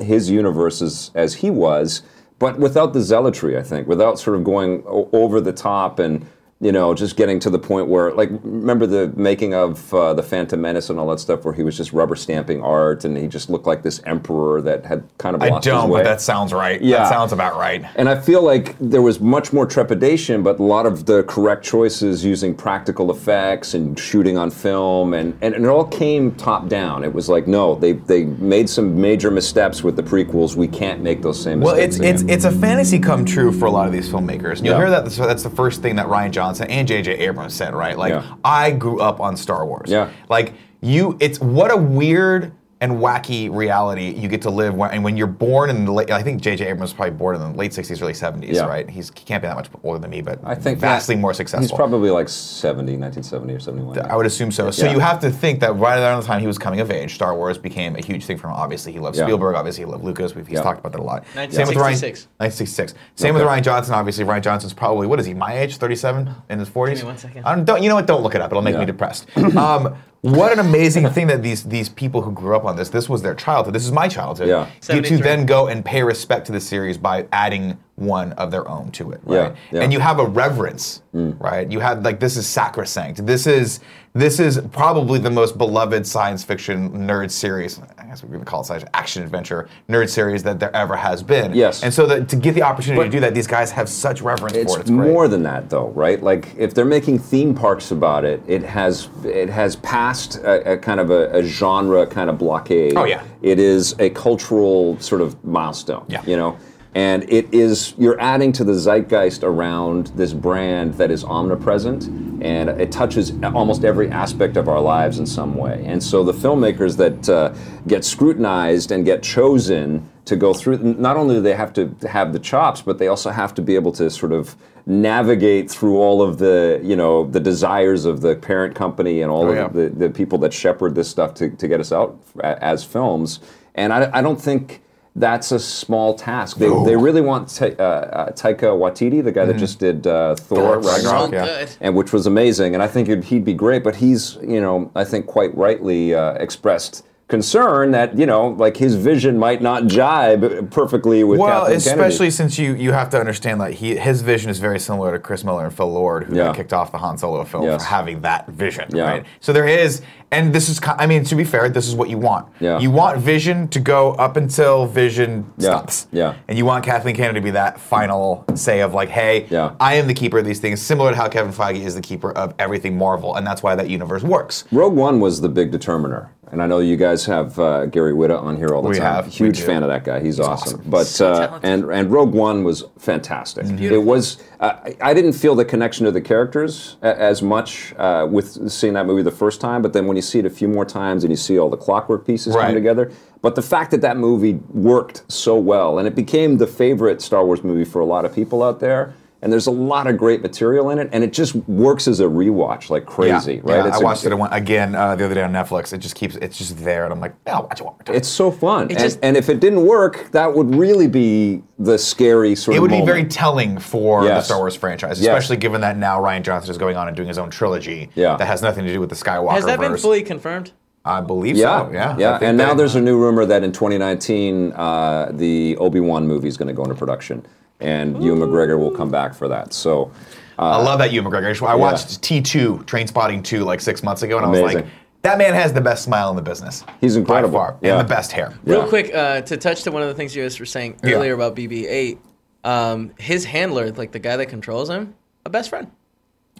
Speaker 2: his universe as, as he was, but without the zealotry, I think, without sort of going o- over the top and you know just getting to the point where like remember the making of uh, the Phantom Menace and all that stuff where he was just rubber stamping art and he just looked like this emperor that had kind of
Speaker 1: I
Speaker 2: lost his
Speaker 1: don't,
Speaker 2: way.
Speaker 1: but that sounds right.
Speaker 2: Yeah.
Speaker 1: That sounds about right.
Speaker 2: And I feel like there was much more trepidation, but a lot of the correct choices using practical effects and shooting on film, and, and, and it all came top down. It was like, no, they, they made some major missteps with the prequels. We can't make those same
Speaker 1: Well,
Speaker 2: mistakes.
Speaker 1: it's it's it's a fantasy come true for a lot of these filmmakers. And you'll hear
Speaker 2: Yeah.
Speaker 1: that. So that's the first thing that Ryan Johnson and J.J. Abrams said, right? Like,
Speaker 2: Yeah.
Speaker 1: I grew up on Star Wars.
Speaker 2: Yeah.
Speaker 1: Like you, it's what a weird and wacky reality you get to live when, and when you're born in the late. I think J.J. Abrams was probably born in the late '60s, early '70s,
Speaker 2: Yeah.
Speaker 1: right? He's, he can't be that much older than me, but
Speaker 2: I think
Speaker 1: vastly
Speaker 2: that-
Speaker 1: more successful.
Speaker 2: He's probably like 70, 1970 or 71.
Speaker 1: I would assume so. So
Speaker 2: Yeah.
Speaker 1: you have to think that right around the time he was coming of age, Star Wars became a huge thing for him. Obviously, he loved
Speaker 2: Yeah.
Speaker 1: Spielberg. Obviously, he loved Lucas. We've, he's
Speaker 2: Yeah.
Speaker 1: talked about that a lot.
Speaker 3: 1966.
Speaker 1: Ryan. 1966. Same with
Speaker 2: Okay.
Speaker 1: Ryan Johnson. Obviously, Ryan Johnson's probably what is he? My age, 37, in his 40s.
Speaker 3: me one second.
Speaker 1: I don't, don't- you know what? Don't look it up. It'll make me
Speaker 2: Yeah.
Speaker 1: depressed. um, what an amazing thing that these these people who grew up on this. This was their childhood. This is my childhood.
Speaker 2: Yeah.
Speaker 1: You to
Speaker 3: 73.
Speaker 1: then go and pay respect to the series by adding one of their own to it, right?
Speaker 2: Yeah, yeah.
Speaker 1: And you have a reverence,
Speaker 2: Mm.
Speaker 1: right? You have like this is sacrosanct. This is this is probably the most beloved science fiction nerd series. I guess we would even call it science action adventure nerd series that there ever has been.
Speaker 2: Yes.
Speaker 1: And so that, to get the opportunity to do that, these guys have such reverence for it.
Speaker 2: it's
Speaker 1: It's great.
Speaker 2: more than that though right like if they're making theme parks about it it has it has passed a, a kind of a, a genre kind of blockade
Speaker 1: Oh, yeah.
Speaker 2: it is a cultural sort of milestone
Speaker 1: Yeah.
Speaker 2: you know and it is you're adding to the zeitgeist around this brand that is omnipresent and it touches almost every aspect of our lives in some way and so the filmmakers that uh, get scrutinized and get chosen to go through not only do they have to have the chops but they also have to be able to sort of navigate through all of the you know the desires of the parent company and all
Speaker 1: Oh, yeah.
Speaker 2: of the, the people that shepherd this stuff to, to get us out a- as films and I, I don't think that's a small task they, they really want Ta- uh, uh, Taika Waititi the guy
Speaker 1: Mm-hmm.
Speaker 2: that just did uh, Thor,
Speaker 1: Thor
Speaker 2: Ragnarok
Speaker 1: Ragnarok.
Speaker 3: So
Speaker 1: yeah.
Speaker 3: good.
Speaker 2: and which was amazing. And I think he'd, he'd be great, but he's, you know, I think quite rightly uh, expressed concern that you know, like his vision might not jibe perfectly with
Speaker 1: Well,
Speaker 2: Kathleen Kennedy.
Speaker 1: especially since you you have to understand that he his vision is very similar to Chris Miller and Phil Lord, who
Speaker 2: Yeah.
Speaker 1: got kicked off the Han Solo film
Speaker 2: Yes.
Speaker 1: for having that vision,
Speaker 2: Yeah.
Speaker 1: right? So there is, and this is, ki- I mean, to be fair, this is what you want.
Speaker 2: Yeah.
Speaker 1: You want Vision to go up until Vision stops.
Speaker 2: Yeah.
Speaker 1: And you want Kathleen Kennedy to be that final say of like, hey,
Speaker 2: Yeah.
Speaker 1: I am the keeper of these things, similar to how Kevin Feige is the keeper of everything Marvel, and that's why that universe works.
Speaker 2: Rogue One was the big determiner, and I know you guys have uh, Gary Whitta on here all the
Speaker 1: We
Speaker 2: time.
Speaker 1: have, we
Speaker 2: Huge
Speaker 1: do.
Speaker 2: fan of that guy. He's, awesome. But
Speaker 3: So
Speaker 2: uh,
Speaker 3: talented.
Speaker 2: and and Rogue One was fantastic. It
Speaker 3: beautiful.
Speaker 2: was. Uh, I- I didn't feel the connection to the characters a- as much uh, with seeing that movie the first time, but then when you see it a few more times and you see all the clockwork pieces
Speaker 1: Right.
Speaker 2: come together. But the fact that that movie worked so well and it became the favorite Star Wars movie for a lot of people out there. And there's a lot of great material in it, and it just works as a rewatch like crazy,
Speaker 1: Yeah,
Speaker 2: right?
Speaker 1: yeah,
Speaker 2: It's
Speaker 1: I
Speaker 2: a-
Speaker 1: watched it one- again uh, the other day on Netflix. It just keeps, it's just there, and I'm like, yeah, I'll watch it one more time.
Speaker 2: It's so fun. and,
Speaker 3: just-
Speaker 2: and if it didn't work, that would really be the scary sort
Speaker 1: It
Speaker 2: of
Speaker 1: would be
Speaker 2: moment.
Speaker 1: very telling for the
Speaker 2: Yes.
Speaker 1: Star Wars franchise,
Speaker 2: Yes.
Speaker 1: especially given that now Ryan Johnson is going on and doing his own trilogy
Speaker 2: Yeah.
Speaker 1: that has nothing to do with the Skywalker
Speaker 3: Has that been
Speaker 1: verse.
Speaker 3: fully confirmed?
Speaker 1: I believe
Speaker 2: yeah,
Speaker 1: so. Yeah, I think
Speaker 2: And now
Speaker 1: they-
Speaker 2: there's a new rumor that in 2019, uh, the Obi Wan movie is going to go into production, and Ewan McGregor will come back for that. So,
Speaker 1: I love that you, McGregor. I watched T2 Train Spotting 2 like six months ago, and I was
Speaker 2: Amazing.
Speaker 1: like, that man has the best smile in the business.
Speaker 2: He's incredible.
Speaker 1: by far,
Speaker 2: Yeah.
Speaker 1: and the best hair.
Speaker 2: Yeah.
Speaker 3: Real quick, uh, to touch to one of the things you guys were saying
Speaker 1: Yeah.
Speaker 3: earlier about BB-8, um, his handler, like the guy that controls him, a best friend.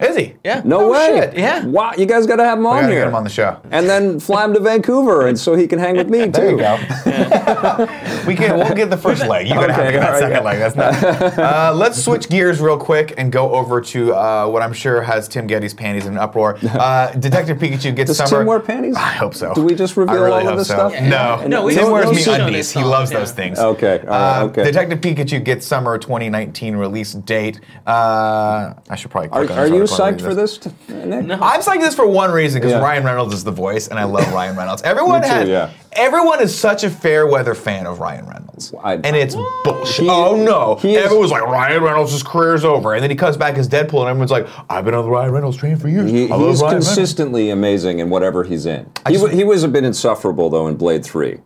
Speaker 1: Is he?
Speaker 3: Yeah.
Speaker 2: no
Speaker 1: Oh,
Speaker 2: way.
Speaker 1: shit,
Speaker 3: yeah.
Speaker 2: Wow, you guys got to have him
Speaker 1: I
Speaker 2: on
Speaker 1: gotta get
Speaker 2: here.
Speaker 1: him on the show.
Speaker 2: and then fly him to Vancouver, and so he can hang with me too.
Speaker 1: There you go. we can. We'll get the first leg. You're gonna have to get
Speaker 2: Okay,
Speaker 1: that
Speaker 2: all right,
Speaker 1: second
Speaker 2: yeah.
Speaker 1: leg. That's not. Uh, let's switch gears real quick and go over to uh, what I'm sure has Tim Getty's panties in an uproar. Uh, Detective Pikachu gets
Speaker 2: Does
Speaker 1: summer.
Speaker 2: Tim wear panties?
Speaker 1: I hope so.
Speaker 2: Do we just reveal
Speaker 1: I really
Speaker 2: all of
Speaker 1: hope
Speaker 2: this
Speaker 1: so.
Speaker 2: stuff?
Speaker 1: No.
Speaker 3: No, we
Speaker 1: Tim
Speaker 3: don't-
Speaker 1: wears
Speaker 3: we
Speaker 1: me
Speaker 3: don't
Speaker 1: undies.
Speaker 3: show
Speaker 1: He
Speaker 3: this
Speaker 1: loves
Speaker 3: song,
Speaker 1: those
Speaker 3: yeah.
Speaker 1: things.
Speaker 2: Okay, all right,
Speaker 1: Uh,
Speaker 2: okay.
Speaker 1: Detective Pikachu gets summer 2019 release date. Uh, I should probably.
Speaker 2: Are,
Speaker 1: click on
Speaker 2: are you
Speaker 1: article and read
Speaker 2: psyched for this, t- Nick?
Speaker 3: No.
Speaker 1: I'm psyched this for one reason because
Speaker 2: Yeah.
Speaker 1: Ryan Reynolds is the voice, and I love Ryan Reynolds. Everyone
Speaker 2: Me too,
Speaker 1: has,
Speaker 2: yeah.
Speaker 1: everyone is such a fair weather fan of Ryan Reynolds,
Speaker 2: I-
Speaker 1: and it's bullshit.
Speaker 2: He-
Speaker 1: oh no!
Speaker 2: he is-
Speaker 1: Everyone's like Ryan Reynolds' career's over, and then he comes back as Deadpool, and everyone's like, "I've been on the Ryan Reynolds train for years.
Speaker 2: He,
Speaker 1: I love
Speaker 2: he's
Speaker 1: Ryan Reynolds."
Speaker 2: consistently amazing in whatever he's in. He,
Speaker 1: just-
Speaker 2: wa- he was a bit insufferable though in Blade Three.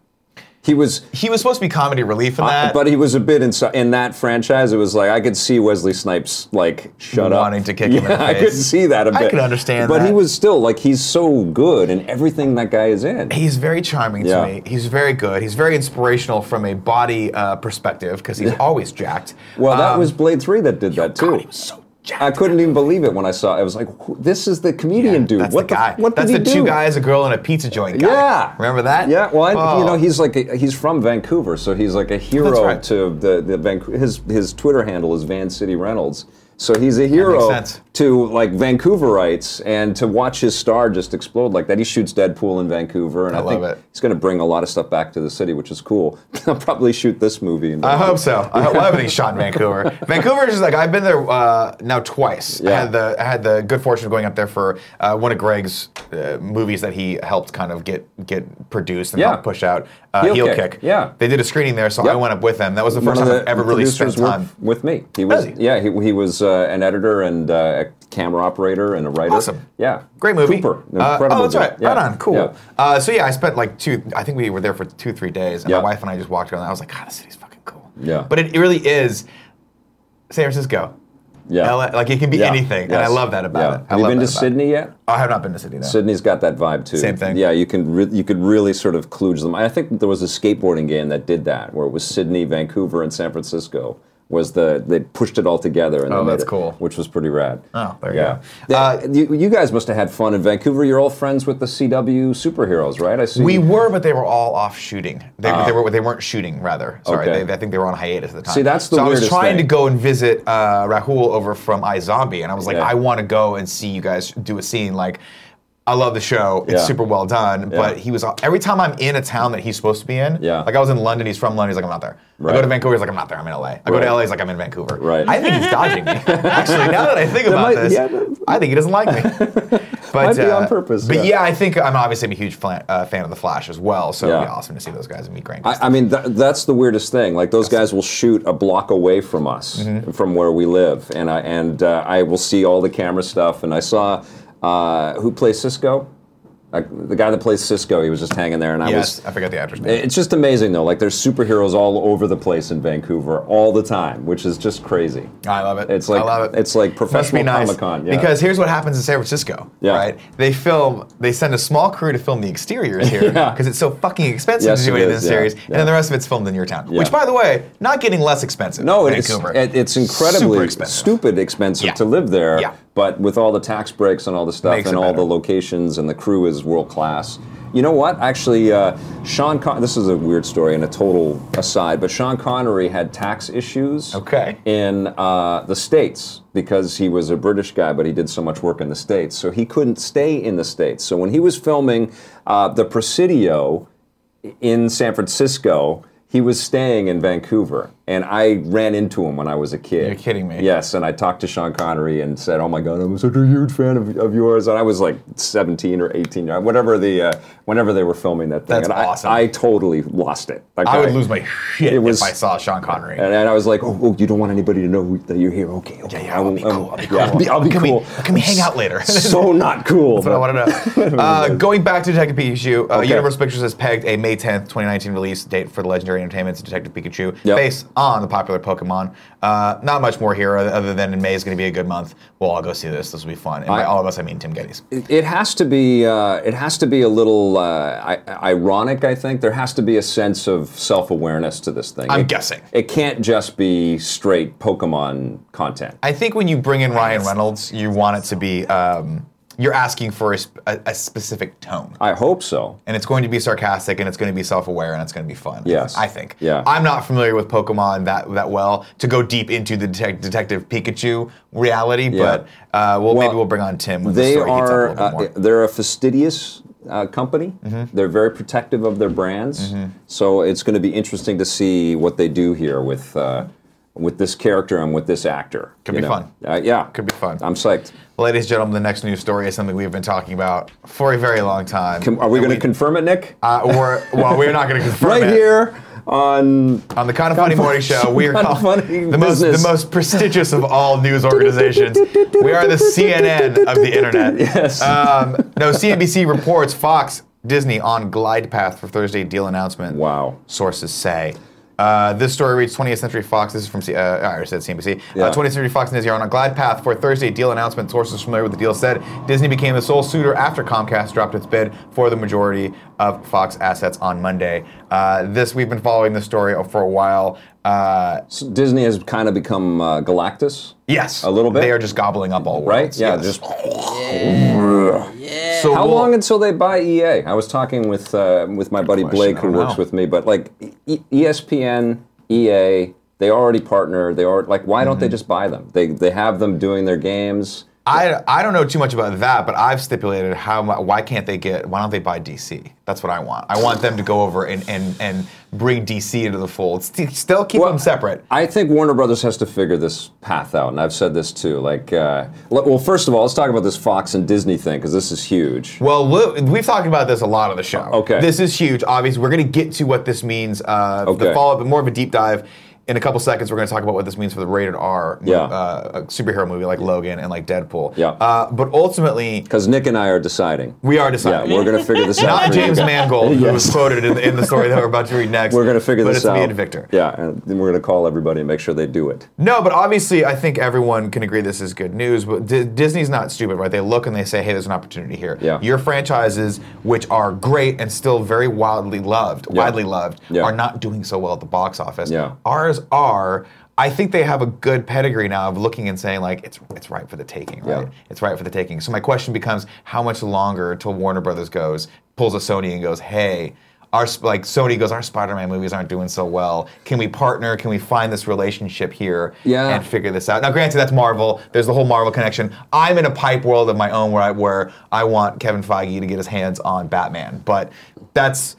Speaker 2: He was, uh,
Speaker 1: He was supposed to be comedy relief in that,
Speaker 2: but he was a bit insu- in that franchise. It was like I could see Wesley Snipes like shut up,
Speaker 1: Wanting to kick him in the
Speaker 2: Yeah, I
Speaker 1: face.
Speaker 2: could see that a
Speaker 1: I
Speaker 2: bit.
Speaker 1: could understand
Speaker 2: but he
Speaker 1: that.
Speaker 2: was still like he's so good in everything that guy is in.
Speaker 1: He's very charming
Speaker 2: Yeah.
Speaker 1: to me. He's very good. He's very inspirational from a body uh, perspective because he's always jacked.
Speaker 2: well, that
Speaker 1: Um,
Speaker 2: was Blade Three that did that too.
Speaker 1: God, he was so jacked.
Speaker 2: I couldn't even believe it when I saw. it. I was like, "Who- "This is the comedian dude.
Speaker 1: That's
Speaker 2: what
Speaker 1: the guy.
Speaker 2: what
Speaker 1: That's
Speaker 2: did he
Speaker 1: the
Speaker 2: do?
Speaker 1: two guys, a girl, and a pizza joint guy.
Speaker 2: Yeah.
Speaker 1: Remember that?
Speaker 2: Yeah. Well, I, you
Speaker 1: Oh.
Speaker 2: know, he's like a, he's from Vancouver, so he's like a hero
Speaker 1: right.
Speaker 2: to the the Vancouver. His his Twitter handle is Van City Reynolds. So he's a hero
Speaker 1: sense.
Speaker 2: to like Vancouverites, and to watch his star just explode like that. He shoots Deadpool in Vancouver, and I,
Speaker 1: I
Speaker 2: think
Speaker 1: love it.
Speaker 2: he's going to bring a lot of stuff back to the city, which is cool. I'll probably shoot this movie. In
Speaker 1: I
Speaker 2: Vancouver.
Speaker 1: hope so. I hope well, everything's shot in Vancouver. Vancouver is just like I've been there uh, now twice. I
Speaker 2: Yeah.
Speaker 1: had the I had the good fortune of going up there for uh, one of Greg's uh, movies that he helped kind of get get produced and
Speaker 2: Yeah.
Speaker 1: helped push out. Uh,
Speaker 2: Heel
Speaker 1: Heel
Speaker 2: Kick,
Speaker 1: Kick.
Speaker 2: yeah.
Speaker 1: They did a screening there, so
Speaker 2: Yep.
Speaker 1: I went up with them. That was the
Speaker 2: One
Speaker 1: first
Speaker 2: of
Speaker 1: time
Speaker 2: the
Speaker 1: I've ever really
Speaker 2: producers
Speaker 1: spent
Speaker 2: worked
Speaker 1: time.
Speaker 2: with me. He was,
Speaker 1: Really?
Speaker 2: yeah, he, he was uh, an editor and uh, a camera operator and a writer.
Speaker 1: Awesome.
Speaker 2: Yeah,
Speaker 1: Great movie.
Speaker 2: Cooper, an
Speaker 1: Uh, oh,
Speaker 2: incredible.
Speaker 1: that's
Speaker 2: dude.
Speaker 1: right.
Speaker 2: Yeah.
Speaker 1: Right on. Cool.
Speaker 2: Yeah.
Speaker 1: Uh, so yeah, I spent like two. I think we were there for two, three days, and
Speaker 2: Yeah.
Speaker 1: my wife and I just walked around. And I was like, God, the city's fucking cool.
Speaker 2: Yeah.
Speaker 1: But it really is. San Francisco.
Speaker 2: Yeah.
Speaker 1: LA, like it can be
Speaker 2: Yeah.
Speaker 1: anything, and I
Speaker 2: Yes.
Speaker 1: love that about
Speaker 2: Yeah.
Speaker 1: it. I
Speaker 2: Have you
Speaker 1: love
Speaker 2: been to
Speaker 1: that about it. Oh,
Speaker 2: Sydney yet?
Speaker 1: I have not been to Sydney though.
Speaker 2: Sydney's got that vibe too.
Speaker 1: Same thing.
Speaker 2: Yeah, you can re- you could really sort of kludge them. I think there was a skateboarding game that did that, where it was Sydney, Vancouver, and San Francisco. Was the they pushed it all together? And they
Speaker 1: Oh,
Speaker 2: made
Speaker 1: that's
Speaker 2: it,
Speaker 1: cool.
Speaker 2: Which was pretty rad.
Speaker 1: Oh, there you
Speaker 2: yeah.
Speaker 1: go. Uh,
Speaker 2: They- you, you guys must have had fun in Vancouver. You're all friends with the CW superheroes, right? I see. Oh.
Speaker 1: we were, but they were all off shooting. They, they were they weren't shooting rather. Sorry,
Speaker 2: Okay.
Speaker 1: they, I think they were on hiatus at the time.
Speaker 2: See, that's the
Speaker 1: so I was
Speaker 2: weirdest
Speaker 1: trying to
Speaker 2: thing.
Speaker 1: go and visit uh, Rahul over from iZombie, and I was like,
Speaker 2: Yeah.
Speaker 1: I want to go and see you guys do a scene like. I love the show. It's
Speaker 2: Yeah.
Speaker 1: super well done. But
Speaker 2: Yeah.
Speaker 1: he was every time I'm in a town that he's supposed to be in.
Speaker 2: Yeah.
Speaker 1: Like I was in London. He's from London. He's like, I'm not there. I
Speaker 2: Right.
Speaker 1: go to Vancouver. He's like, I'm not there. I'm in LA. I go
Speaker 2: Right.
Speaker 1: to LA. He's like, I'm in Vancouver.
Speaker 2: Right.
Speaker 1: I think he's dodging me. Actually, now that I think about
Speaker 2: might-
Speaker 1: this,
Speaker 2: yeah, that-
Speaker 1: I think he doesn't like me. But uh,
Speaker 2: Might be on purpose,
Speaker 1: But
Speaker 2: yeah.
Speaker 1: yeah, I think I'm obviously I'm a huge flan, uh, fan of the Flash as well, so it'd
Speaker 2: Yeah.
Speaker 1: be awesome to see those guys and meet Grant.
Speaker 2: I, I mean, tha that's the weirdest thing. Like those guys will shoot a block away from us,
Speaker 1: Mm-hmm.
Speaker 2: from where we live, and I and uh, I will see all the camera stuff. And I saw uh, who plays Cisco. Like the guy that plays Cisco, he was just hanging there, and I
Speaker 1: Yes,
Speaker 2: was.
Speaker 1: I forgot the actor's name.
Speaker 2: It's just amazing though. Like there's superheroes all over the place in Vancouver all the time, which is just crazy.
Speaker 1: I love it.
Speaker 2: It's like-
Speaker 1: I love it.
Speaker 2: it's like
Speaker 1: Must be
Speaker 2: professional Comic-Con, yeah.
Speaker 1: Because here's what happens in San Francisco,
Speaker 2: Yeah.
Speaker 1: right? They film, they send a small crew to film the exteriors here
Speaker 2: Yeah.
Speaker 1: because it's so fucking expensive
Speaker 2: Yes,
Speaker 1: to do
Speaker 2: it
Speaker 1: anything in
Speaker 2: is,
Speaker 1: the
Speaker 2: yeah,
Speaker 1: series, and
Speaker 2: yeah.
Speaker 1: then the rest of it's filmed in your town.
Speaker 2: Yeah.
Speaker 1: Which, by the way, not getting less expensive.
Speaker 2: No, it's
Speaker 1: Vancouver.
Speaker 2: it- it's incredibly
Speaker 1: Super expensive.
Speaker 2: stupid expensive
Speaker 1: Yeah.
Speaker 2: to live there.
Speaker 1: Yeah.
Speaker 2: But with all the tax breaks and all the stuff
Speaker 1: Makes
Speaker 2: and
Speaker 1: it
Speaker 2: all
Speaker 1: better.
Speaker 2: the locations and the crew is world class. You know what? Actually, uh, Sean. Con- this is a weird story and a total aside, but Sean Connery had tax issues.
Speaker 1: Okay.
Speaker 2: In uh, the states because he was a British guy, but he did so much work in the states, so he couldn't stay in the states. So when he was filming uh, the Presidio in San Francisco. He was staying in Vancouver, and I ran into him when I was a kid.
Speaker 1: You're kidding me.
Speaker 2: Yes, and I talked to Sean Connery and said, "Oh my God, I'm such a huge fan of, of yours." And I was like 17 or 18, uh, whatever the uh, whenever they were filming that thing.
Speaker 1: That's
Speaker 2: and I-
Speaker 1: awesome.
Speaker 2: I, totally lost it. Like,
Speaker 1: I would lose my shit
Speaker 2: It was-
Speaker 1: if I saw Sean Connery.
Speaker 2: And, and I was like, "Oh, oh, you don't want anybody to know who, that you're here? Okay, okay.
Speaker 1: yeah, I'll be
Speaker 2: won't-
Speaker 1: cool, I'll be
Speaker 2: yeah,
Speaker 1: cool.
Speaker 2: I'll be
Speaker 1: Can we-
Speaker 2: cool.
Speaker 1: can we hang out later?
Speaker 2: so not cool.
Speaker 1: That's what I want to know. Uh, going back to Detective Pikachu, uh,
Speaker 2: Okay.
Speaker 1: Universal Pictures has pegged a May 10th, 2019 release date for the Legendary Entertainment's Detective Pikachu
Speaker 2: Yep.
Speaker 1: based on the popular Pokemon. Uh, not much more here other than in May is going to be a good month. We'll all go see this. This will be fun. And by
Speaker 2: I-
Speaker 1: all of us, I mean Tim Geddes.
Speaker 2: It- It has to be. Uh, it has to be a little uh, I- ironic. I think there has to be a sense of self-awareness to this thing.
Speaker 1: I'm
Speaker 2: It-
Speaker 1: guessing.
Speaker 2: it can't just be straight Pokemon content.
Speaker 1: I think when you bring in Ryan Reynolds, you want it to be, um, you're asking for a, sp- a, a specific tone.
Speaker 2: I hope so.
Speaker 1: and it's going to be sarcastic and it's going to be self-aware and it's going to be fun.
Speaker 2: Yes.
Speaker 1: I think.
Speaker 2: Yeah.
Speaker 1: I'm not familiar with Pokemon that that well to go deep into the detec- Detective Pikachu reality, but uh, we'll, maybe we'll bring on Tim when the
Speaker 2: They
Speaker 1: story heats up a
Speaker 2: are.
Speaker 1: little bit
Speaker 2: Uh,
Speaker 1: more. Mm-hmm.
Speaker 2: they're a fastidious uh, company. They're very protective of their brands. So it's going to be interesting to see what they do here with uh, with this character and with this actor.
Speaker 1: Could
Speaker 2: you
Speaker 1: be
Speaker 2: know?
Speaker 1: fun.
Speaker 2: Uh, yeah.
Speaker 1: Could be fun.
Speaker 2: I'm psyched.
Speaker 1: Ladies and gentlemen, the next news story is something we've been talking about for a very long time.
Speaker 2: Can- are we
Speaker 1: And
Speaker 2: going to confirm it, Nick?
Speaker 1: uh, we're, well, we're not going to confirm
Speaker 2: right
Speaker 1: it.
Speaker 2: here on
Speaker 1: on the Kind of Funny Morning Show. We are
Speaker 2: Kinda
Speaker 1: called
Speaker 2: Funny
Speaker 1: the most the
Speaker 2: Business.
Speaker 1: most prestigious of all news organizations. we are the CNN of the internet.
Speaker 2: Yes.
Speaker 1: Um, no, CNBC reports Fox Disney on glide path for Thursday deal announcement.
Speaker 2: Wow.
Speaker 1: Sources say. Uh, this story reads 20th Century Fox. This is from C- uh, I already said CNBC.
Speaker 2: Yeah.
Speaker 1: Uh, 20th Century Fox and Disney are on a glide path for Thursday deal announcement. Sources familiar with the deal said Disney became the sole suitor after Comcast dropped its bid for the majority of Fox assets on Monday. Uh, this we've been following this story for a while. Uh,
Speaker 2: Disney has kind of become uh, Galactus,
Speaker 1: yes,
Speaker 2: A little bit?
Speaker 1: They are just gobbling up all
Speaker 2: right?
Speaker 1: worlds.
Speaker 2: Yeah,
Speaker 1: yes.
Speaker 2: just
Speaker 3: Yeah.
Speaker 1: so
Speaker 2: how
Speaker 1: we'll-
Speaker 2: long until they buy EA? I was talking with uh, with my buddy
Speaker 1: question.
Speaker 2: Blake,
Speaker 1: I
Speaker 2: who
Speaker 1: don't
Speaker 2: works
Speaker 1: know.
Speaker 2: with me, but like e- ESPN, EA, E they already partner. They are like, why
Speaker 1: Mm-hmm.
Speaker 2: don't they just buy them? They they have them doing their games.
Speaker 1: I, I don't know too much about that, but I've stipulated how mu- why can't they get why don't they buy DC? That's what I want. I want them to go over and and, and bring DC into the fold. St- still keep
Speaker 2: Well,
Speaker 1: them separate.
Speaker 2: I think Warner Brothers has to figure this path out, and I've said this too. Like, uh, le- well, first of all, let's talk about this Fox and Disney thing because this is huge.
Speaker 1: Well, we- we've talked about this a lot on the show.
Speaker 2: Uh, Okay.
Speaker 1: This is huge. Obviously, we're going to get to what this means. Uh, The
Speaker 2: Okay.
Speaker 1: follow up, more of a deep dive. In a couple seconds, we're going to talk about what this means for the rated R
Speaker 2: Yeah.
Speaker 1: uh, superhero movie like Logan and like Deadpool.
Speaker 2: Yeah.
Speaker 1: Uh, but ultimately,
Speaker 2: Because Nick and I are deciding.
Speaker 1: we are
Speaker 2: Yeah,
Speaker 1: deciding.
Speaker 2: we're gonna figure this out.
Speaker 1: not
Speaker 2: for you
Speaker 1: James
Speaker 2: guys.
Speaker 1: Mangold, who was
Speaker 2: Yes.
Speaker 1: quoted in, in the story that we're about to read next.
Speaker 2: We're gonna figure
Speaker 1: but
Speaker 2: this
Speaker 1: it's
Speaker 2: out.
Speaker 1: me and Victor.
Speaker 2: Yeah, and then we're gonna call everybody and make sure they do it.
Speaker 1: No, but obviously, I think everyone can agree this is good news. But D- Disney's not stupid, right? They look and they say, "Hey, there's an opportunity here."
Speaker 2: Yeah.
Speaker 1: Your franchises, which are great and still very wildly loved, widely loved,
Speaker 2: Yeah.
Speaker 1: are not doing so well at the box office.
Speaker 2: Yeah.
Speaker 1: Ours are. I think they have a good pedigree now of looking and saying like it's it's right for the taking, right?
Speaker 2: Yeah.
Speaker 1: It's right for the taking. So my question becomes, how much longer till Warner Brothers goes pulls a Sony and goes, hey. Our, sp- like Sony goes, our Spider-Man movies aren't doing so well. Can we partner? Can we find this relationship here
Speaker 2: Yeah.
Speaker 1: and figure this out? Now, granted, that's Marvel. There's the whole Marvel connection. I'm in a pipe world of my own where I where I want Kevin Feige to get his hands on Batman, but that's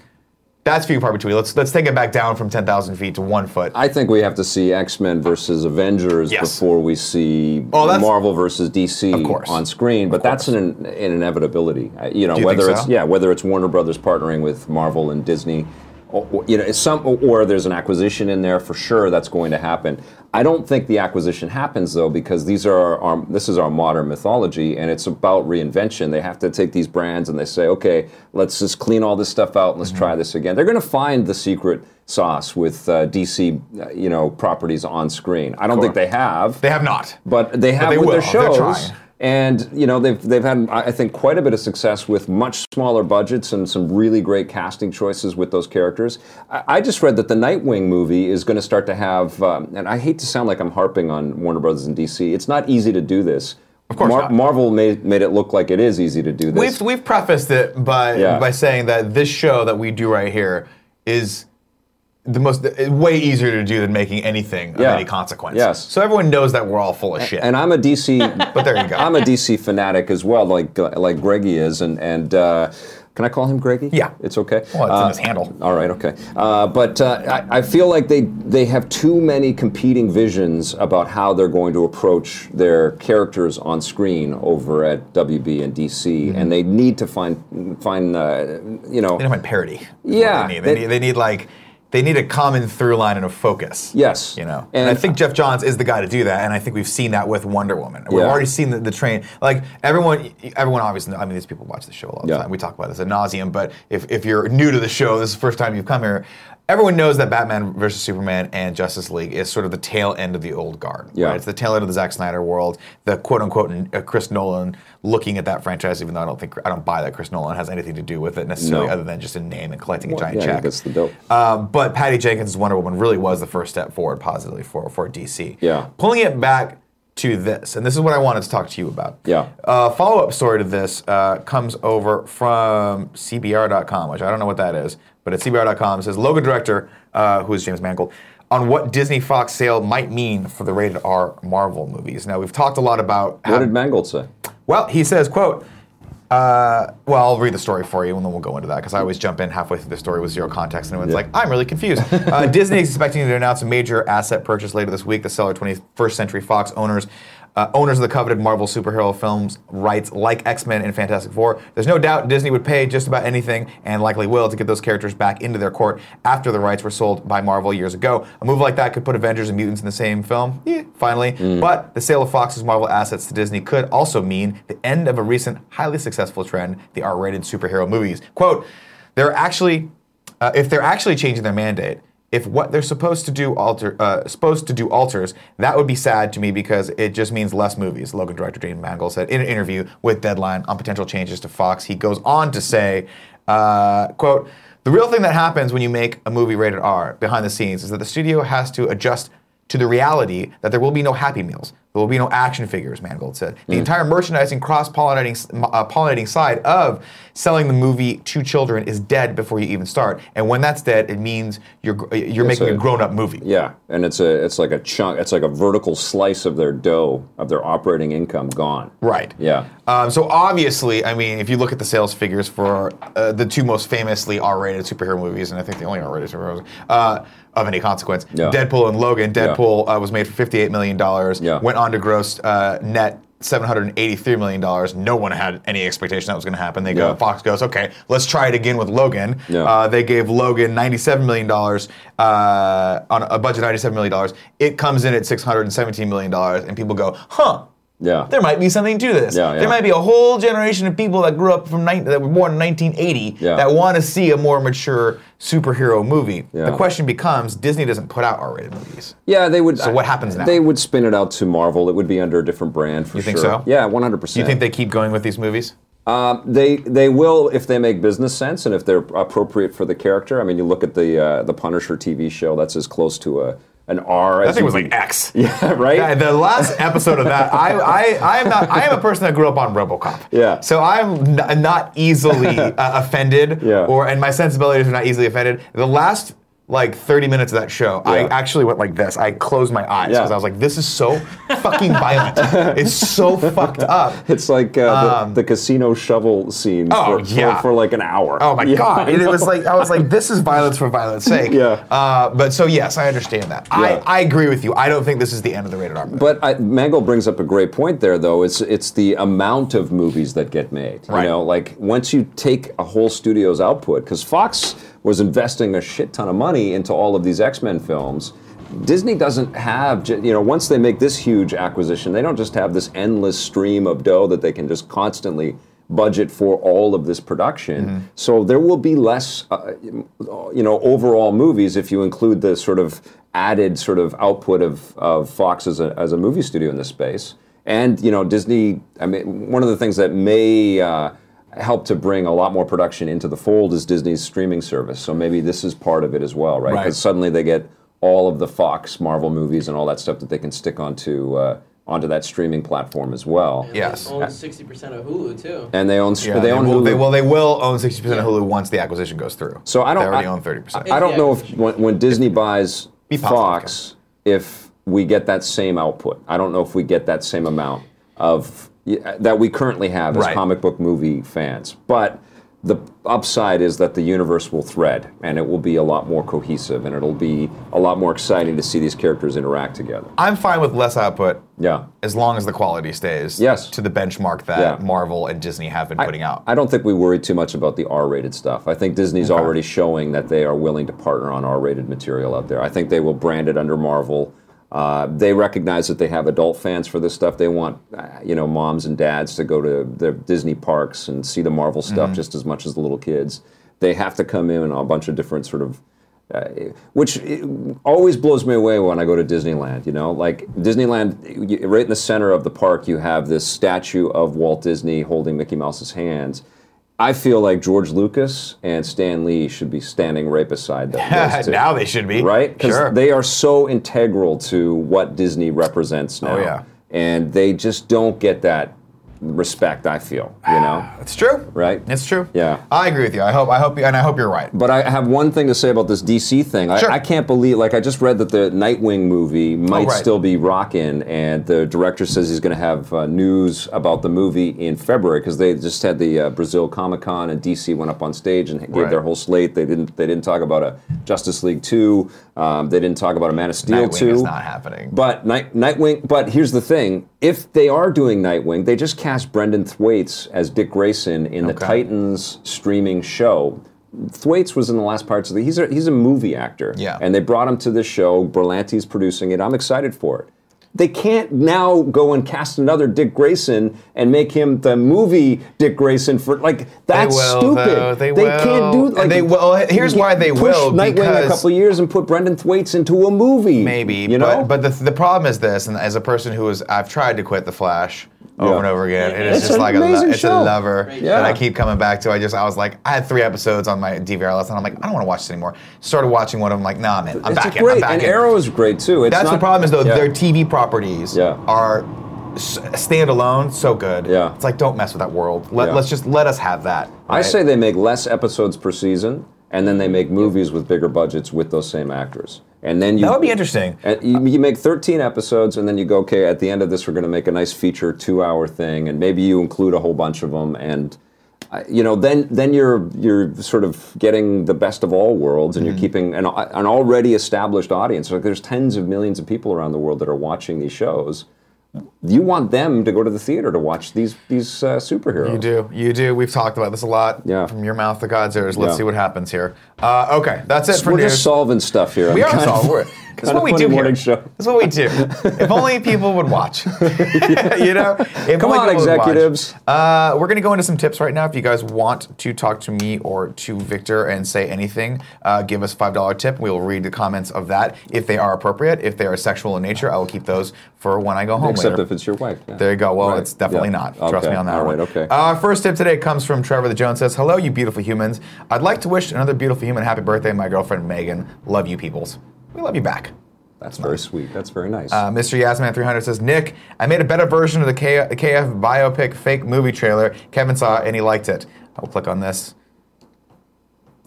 Speaker 1: that's few and far between. Let's let's take it back down from ten thousand feet to one foot.
Speaker 2: I think we have to see X Men versus Avengers
Speaker 1: Yes.
Speaker 2: before we see
Speaker 1: Oh, that's-
Speaker 2: Marvel versus DC
Speaker 1: course.
Speaker 2: on screen, but that's an, an inevitability. Uh, You know,
Speaker 1: you think
Speaker 2: whether
Speaker 1: so?
Speaker 2: it's yeah, whether it's Warner Brothers partnering with Marvel and Disney, or, or, you know, some or there's an acquisition in there for sure that's going to happen. I don't think the acquisition happens though because these are our, our this is our modern mythology and it's about reinvention. They have to take these brands and they say, okay, let's just clean all this stuff out and let's try this again. They're going to find the secret sauce with uh, DC, uh, you know, properties on screen. I don't think they have,
Speaker 1: They have not.
Speaker 2: but they have
Speaker 1: they
Speaker 2: with
Speaker 1: will.
Speaker 2: their
Speaker 1: They're
Speaker 2: shows.
Speaker 1: trying.
Speaker 2: And you know they've they've had I I think quite a bit of success with much smaller budgets and some really great casting choices with those characters. I, I just read that the Nightwing movie is going to start to have, um, and I hate to sound like I'm harping on Warner Brothers and DC. It's not easy to do this. Of
Speaker 1: course not.
Speaker 2: Marvel made, made it look like it is easy to do this.
Speaker 1: We've we've prefaced it by
Speaker 2: Yeah.
Speaker 1: by saying that this show that we do right here is the most way easier to do than making anything
Speaker 2: Yeah.
Speaker 1: of any consequence.
Speaker 2: Yes.
Speaker 1: So everyone knows that we're all full of shit.
Speaker 2: and I'm a DC
Speaker 1: but there you go.
Speaker 2: I'm a DC fanatic as well, like like Greggy is, and and uh, can I call him Greggy?
Speaker 1: Yeah.
Speaker 2: it's okay.
Speaker 1: well, it's
Speaker 2: Uh,
Speaker 1: in his handle.
Speaker 2: All right, okay. Uh, but uh, I, I feel like they they have too many competing visions about how they're going to approach their characters on screen over at WB and DC,
Speaker 1: Mm-hmm.
Speaker 2: and they need to find find uh, you know
Speaker 1: They don't mind parody. is what
Speaker 2: Yeah,
Speaker 1: They need. They,
Speaker 2: they-
Speaker 1: need, they need like they need a common through line and a focus.
Speaker 2: yes,
Speaker 1: You know, and, I think Jeff Johns is the guy to do that, and I think we've seen that with Wonder Woman. We've
Speaker 2: Yeah.
Speaker 1: already seen the, the train. Like everyone, everyone obviously. I mean, these people watch the show all the
Speaker 2: Yeah.
Speaker 1: time. We talk about this ad nauseum. But if, if you're new to the show, this is the first time you've come here. Everyone knows that Batman versus Superman and Justice League is sort of the tail end of the old guard.
Speaker 2: Yeah.
Speaker 1: It's the tail end of the Zack Snyder world. The quote unquote uh, Chris Nolan looking at that franchise, even though I don't think I don't buy that Chris Nolan has anything to do with it necessarily,
Speaker 2: No.
Speaker 1: other than just a name and collecting a
Speaker 2: yeah,
Speaker 1: giant
Speaker 2: I
Speaker 1: check.
Speaker 2: think that's the dope.
Speaker 1: Uh, but Patty Jenkins' Wonder Woman really was the first step forward positively for, for DC.
Speaker 2: Yeah.
Speaker 1: Pulling it back to this, and this is what I wanted to talk to you about.
Speaker 2: Yeah.
Speaker 1: Uh, Follow up story to this uh, comes over from CBR.com, which I don't know what that is, but at CBR.com it says logo director, uh, who is James Mangold, on what Disney Fox sale might mean for the rated R Marvel movies. Now, we've talked a lot about how
Speaker 2: What did Mangold say?
Speaker 1: well, he says, quote, uh, well, I'll read the story for you and then we'll go into that because I always jump in halfway through the story with zero context and everyone's like, I'm really confused. Uh, Disney is expecting to announce a major asset purchase later this week. The seller, 21st Century Fox owners, uh, owners of the coveted Marvel superhero films rights like X-Men and Fantastic Four. There's no doubt Disney would pay just about anything and likely will to get those characters back into their court after the rights were sold by Marvel years ago. A move like that could put Avengers and mutants in the same film. Yeah, finally. But the sale of Fox's Marvel assets to Disney could also mean the end of a recent highly successful trend, the R-rated superhero movies. Quote, they're actually uh, if they're actually changing their mandate, if what they're supposed to do alter uh, supposed to do alters, that would be sad to me because it just means less movies. Logan director James Mangold said in an interview with Deadline on potential changes to Fox. He goes on to say, uh, "quote The real thing that happens when you make a movie rated R behind the scenes is that the studio has to adjust." to the reality that there will be no Happy Meals. There will be no action figures, Mangold said.
Speaker 2: Mm.
Speaker 1: The entire merchandising cross-pollinating uh, pollinating side of selling the movie to children is dead before you even start. And when that's dead, it means you're gr- uh, you're making
Speaker 2: sir.
Speaker 1: a grown-up movie.
Speaker 2: Yeah, and it's a it's like a chunk, it's like a vertical slice of their dough of their operating income gone.
Speaker 1: Right.
Speaker 2: Yeah.
Speaker 1: Um, so obviously, I mean, if you look at the sales figures for uh, the two most famously R-rated superhero movies, and I think the only R-rated superhero movies, uh, of any consequence,
Speaker 2: Yeah.
Speaker 1: Deadpool and Logan. Deadpool uh, was made for fifty-eight million dollars.
Speaker 2: Yeah.
Speaker 1: Went on to gross uh, net. $783 million. No one had any expectation that was going to happen. They go,
Speaker 2: Yeah.
Speaker 1: Fox goes, okay, let's try it again with Logan.
Speaker 2: Yeah.
Speaker 1: Uh, they gave Logan $97 million uh, on a budget of $97 million. It comes in at $617 million, and people go, huh,
Speaker 2: Yeah.
Speaker 1: there might be something to this.
Speaker 2: Yeah, yeah.
Speaker 1: There might be a whole generation of people that grew up from nine that were born in 1980
Speaker 2: Yeah.
Speaker 1: that want to see a more mature superhero movie.
Speaker 2: Yeah.
Speaker 1: The question becomes: Disney doesn't put out R-rated movies.
Speaker 2: Yeah, they would. So
Speaker 1: what happens now?
Speaker 2: They would spin it out to Marvel. It would be under a different brand for you sure.
Speaker 1: think so?
Speaker 2: Yeah, one hundred percent. Uh,
Speaker 1: You think they keep going with these movies?
Speaker 2: they they will if they make business sense and if they're appropriate for the character. I mean, you look at the uh, the Punisher TV show. That's as close to a an R
Speaker 1: I think
Speaker 2: as
Speaker 1: it
Speaker 2: you
Speaker 1: was
Speaker 2: can-
Speaker 1: like X.
Speaker 2: yeah, right.
Speaker 1: Yeah, the last episode of that, I, I, I am not. I am a person that grew up on RoboCop.
Speaker 2: Yeah.
Speaker 1: So I'm n- not easily uh, offended.
Speaker 2: Yeah.
Speaker 1: Or and my sensibilities are not easily offended. The last like 30 minutes of that show, I
Speaker 2: Yeah.
Speaker 1: actually went like this. I closed my eyes
Speaker 2: Yeah.
Speaker 1: because I was like, this is so fucking violent. It's so fucked up.
Speaker 2: it's like uh, the, the casino shovel scene
Speaker 1: Um, Oh,
Speaker 2: for, for-
Speaker 1: yeah.
Speaker 2: for, like an hour.
Speaker 1: Oh my
Speaker 2: Yeah,
Speaker 1: god!
Speaker 2: I
Speaker 1: And it
Speaker 2: know.
Speaker 1: was like I was like, this is violence for violence's sake.
Speaker 2: Yeah.
Speaker 1: Uh, but so yes, I understand that.
Speaker 2: Yeah.
Speaker 1: I, I agree with you. I don't think this is the end of the rated R. movie.
Speaker 2: But I, Mangold brings up a great point there, though. It's it's the amount of movies that get made.
Speaker 1: Right.
Speaker 2: You know, like once you take a whole studio's output, because Fox was investing a shit ton of money into all of these X Men films. Disney doesn't have, j- you know, once they make this huge acquisition, they don't just have this endless stream of dough that they can just constantly budget for all of this production. So there will be less, uh, you know, overall movies if you include the sort of added sort of output of, of Fox as a, as a movie studio in this space. And, you know, Disney, I mean, one of the things that may, uh, help to bring a lot more production into the fold is Disney's streaming service. So maybe this is part of it as well, right?
Speaker 1: Right.
Speaker 2: Because suddenly they get all of the Fox Marvel movies and all that stuff that they can stick onto uh, onto that streaming platform as well.
Speaker 1: Yes.
Speaker 3: Own sixty percent of Hulu too.
Speaker 2: And they own
Speaker 1: Yeah,
Speaker 2: they own
Speaker 1: will,
Speaker 2: Hulu.
Speaker 1: They, well, they will own 60% of Hulu once the acquisition goes through.
Speaker 2: So I don't-
Speaker 1: They already
Speaker 2: I-
Speaker 1: own 30%.
Speaker 2: I don't know if
Speaker 3: Yeah.
Speaker 2: when, when Disney buys
Speaker 1: Be positive,
Speaker 2: Fox, if we get that same output. I don't know if we get that same amount of yeah, that we currently have as
Speaker 1: Right.
Speaker 2: comic book movie fans. But the upside is that the universe will thread, and it will be a lot more cohesive, and it'll be a lot more exciting to see these characters interact together.
Speaker 1: I'm fine with less output
Speaker 2: Yeah.
Speaker 1: as long as the quality stays
Speaker 2: Yes.
Speaker 1: to the benchmark that
Speaker 2: Yeah.
Speaker 1: Marvel and Disney have been putting out.
Speaker 2: I don't think we worry too much about the R-rated stuff. I think Disney's already showing that they are willing to partner on R-rated material out there. I think they will brand it under Marvel. Uh, they recognize that they have adult fans for this stuff. They want, uh, you know, moms and dads to go to their Disney parks and see the Marvel
Speaker 1: Mm-hmm.
Speaker 2: stuff just as much as the little kids. They have to come in on a bunch of different sort of uh, which it always blows me away when I go to Disneyland. You know, like Disneyland, you- right in the center of the park, you have this statue of Walt Disney holding Mickey Mouse's hands. I feel like George Lucas and Stan Lee should be standing right beside them. those two,
Speaker 1: now they should be
Speaker 2: right? Because
Speaker 1: Sure.
Speaker 2: they are so integral to what Disney represents now.
Speaker 1: Oh, yeah.
Speaker 2: And they just don't get that respect. I feel, you know.
Speaker 1: it's true,
Speaker 2: Right?
Speaker 1: It's true.
Speaker 2: Yeah.
Speaker 1: I agree with you. I hope. I hope. You, and I hope you're right.
Speaker 2: But I have one thing to say about this DC thing. I,
Speaker 1: Sure. Oh,
Speaker 2: I can't believe, like, I just read that the Nightwing movie might
Speaker 1: right.
Speaker 2: still be rocking, and the director says he's going to have uh, news about the movie in February because they just had the uh, Brazil Comic Con, and DC went up on stage and gave
Speaker 1: Right.
Speaker 2: their whole slate. They didn't. They didn't talk about a Justice League two. Um, they didn't talk about a Man of Steel
Speaker 1: Nightwing
Speaker 2: two.
Speaker 1: is not happening.
Speaker 2: But Night, Nightwing. But here's the thing: if they are doing Nightwing, they just cast Brendan Thwaites as Dick Grayson in the
Speaker 1: Okay.
Speaker 2: Titans streaming show. Thwaites was in the last parts of the. He's a he's a movie actor.
Speaker 1: Yeah.
Speaker 2: And they brought him to this show. Berlanti's producing it. I'm excited for it. They can't now go and cast another Dick Grayson and make him the movie Dick Grayson for like that's
Speaker 1: will,
Speaker 2: stupid.
Speaker 1: though. They will.
Speaker 2: can't do like
Speaker 1: And they will. Here's why they
Speaker 2: push
Speaker 1: will,
Speaker 2: Nightwing a
Speaker 1: because-
Speaker 2: couple years and put Brendan Thwaites into a movie.
Speaker 1: Maybe,
Speaker 2: you know.
Speaker 1: but, but the, the problem is this, and as a person who is, I've tried to quit the Flash over
Speaker 2: Yeah.
Speaker 1: and over again. It is
Speaker 2: It's
Speaker 1: just
Speaker 2: an
Speaker 1: like a, lo-
Speaker 2: amazing
Speaker 1: it's a
Speaker 2: show.
Speaker 1: lover
Speaker 3: Great
Speaker 1: that I
Speaker 2: show.
Speaker 1: keep coming back to. I just, I was like, I had three episodes on my DVR list, and I'm like, I don't want to watch this anymore. Started watching one of them, like, nah, man, I'm
Speaker 2: it's
Speaker 1: back in.
Speaker 2: great,
Speaker 1: I'm back
Speaker 2: and
Speaker 1: in.
Speaker 2: Arrow is great too. It's
Speaker 1: That's
Speaker 2: not-
Speaker 1: the problem is though
Speaker 2: yeah.
Speaker 1: their TV properties
Speaker 2: Yeah.
Speaker 1: are s- standalone so good.
Speaker 2: Yeah.
Speaker 1: It's like don't mess with that world. Let,
Speaker 2: Yeah.
Speaker 1: Let's just let us have that.
Speaker 2: I
Speaker 1: right?
Speaker 2: say they make less episodes per season, and then they make movies with bigger budgets with those same actors, and then you
Speaker 1: that would be interesting.
Speaker 2: And you, you make 13 episodes, and then you go, okay, at the end of this, we're going to make a nice feature two-hour thing, and maybe you include a whole bunch of them, and uh, you know, then then you're you're sort of getting the best of all worlds, and
Speaker 1: Mm-hmm.
Speaker 2: you're keeping an, an already established audience. Like there's tens of millions of people around the world that are watching these shows. You want them to go to the theater to watch these these uh, superheroes.
Speaker 1: You do, you do. We've talked about this a lot.
Speaker 2: Yeah.
Speaker 1: From your mouth to God's ears. Let's
Speaker 2: Yeah.
Speaker 1: see what happens here. Uh, okay, that's it for
Speaker 2: We're
Speaker 1: news.
Speaker 2: just solving stuff here.
Speaker 1: we
Speaker 2: I'm
Speaker 1: are
Speaker 2: kind of-
Speaker 1: solved. We're- That's what
Speaker 2: kind of
Speaker 1: we
Speaker 2: funny
Speaker 1: do
Speaker 2: morning
Speaker 1: here.
Speaker 2: show.
Speaker 1: That's what we do. if only people would watch. you know. If
Speaker 2: Come
Speaker 1: only
Speaker 2: on,
Speaker 1: people would watch.
Speaker 2: executives.
Speaker 1: Uh, we're going to go into some tips right now. If you guys want to talk to me or to Victor and say anything, uh, give us a $5 tip. We will read the comments of that if they are appropriate. If they are sexual in nature, I will keep those for when I go home
Speaker 2: Except
Speaker 1: later.
Speaker 2: if it's your wife. yeah.
Speaker 1: There you go. Well,
Speaker 2: Right.
Speaker 1: it's definitely
Speaker 2: Yeah.
Speaker 1: not. Trust
Speaker 2: Okay.
Speaker 1: me on that
Speaker 2: All
Speaker 1: one. Uh,
Speaker 2: right, okay.
Speaker 1: Our first tip today comes from Trevor the Jones says, Hello, you beautiful humans. I'd like to wish another beautiful human happy birthday, my girlfriend Megan. Love you, peoples. We love you back.
Speaker 2: That's very sweet. That's very nice.
Speaker 1: Uh, Mr. Yasman300 says, Nick, I made a better version of the K- KF biopic fake movie trailer. Kevin saw it and he liked it. I'll click on this.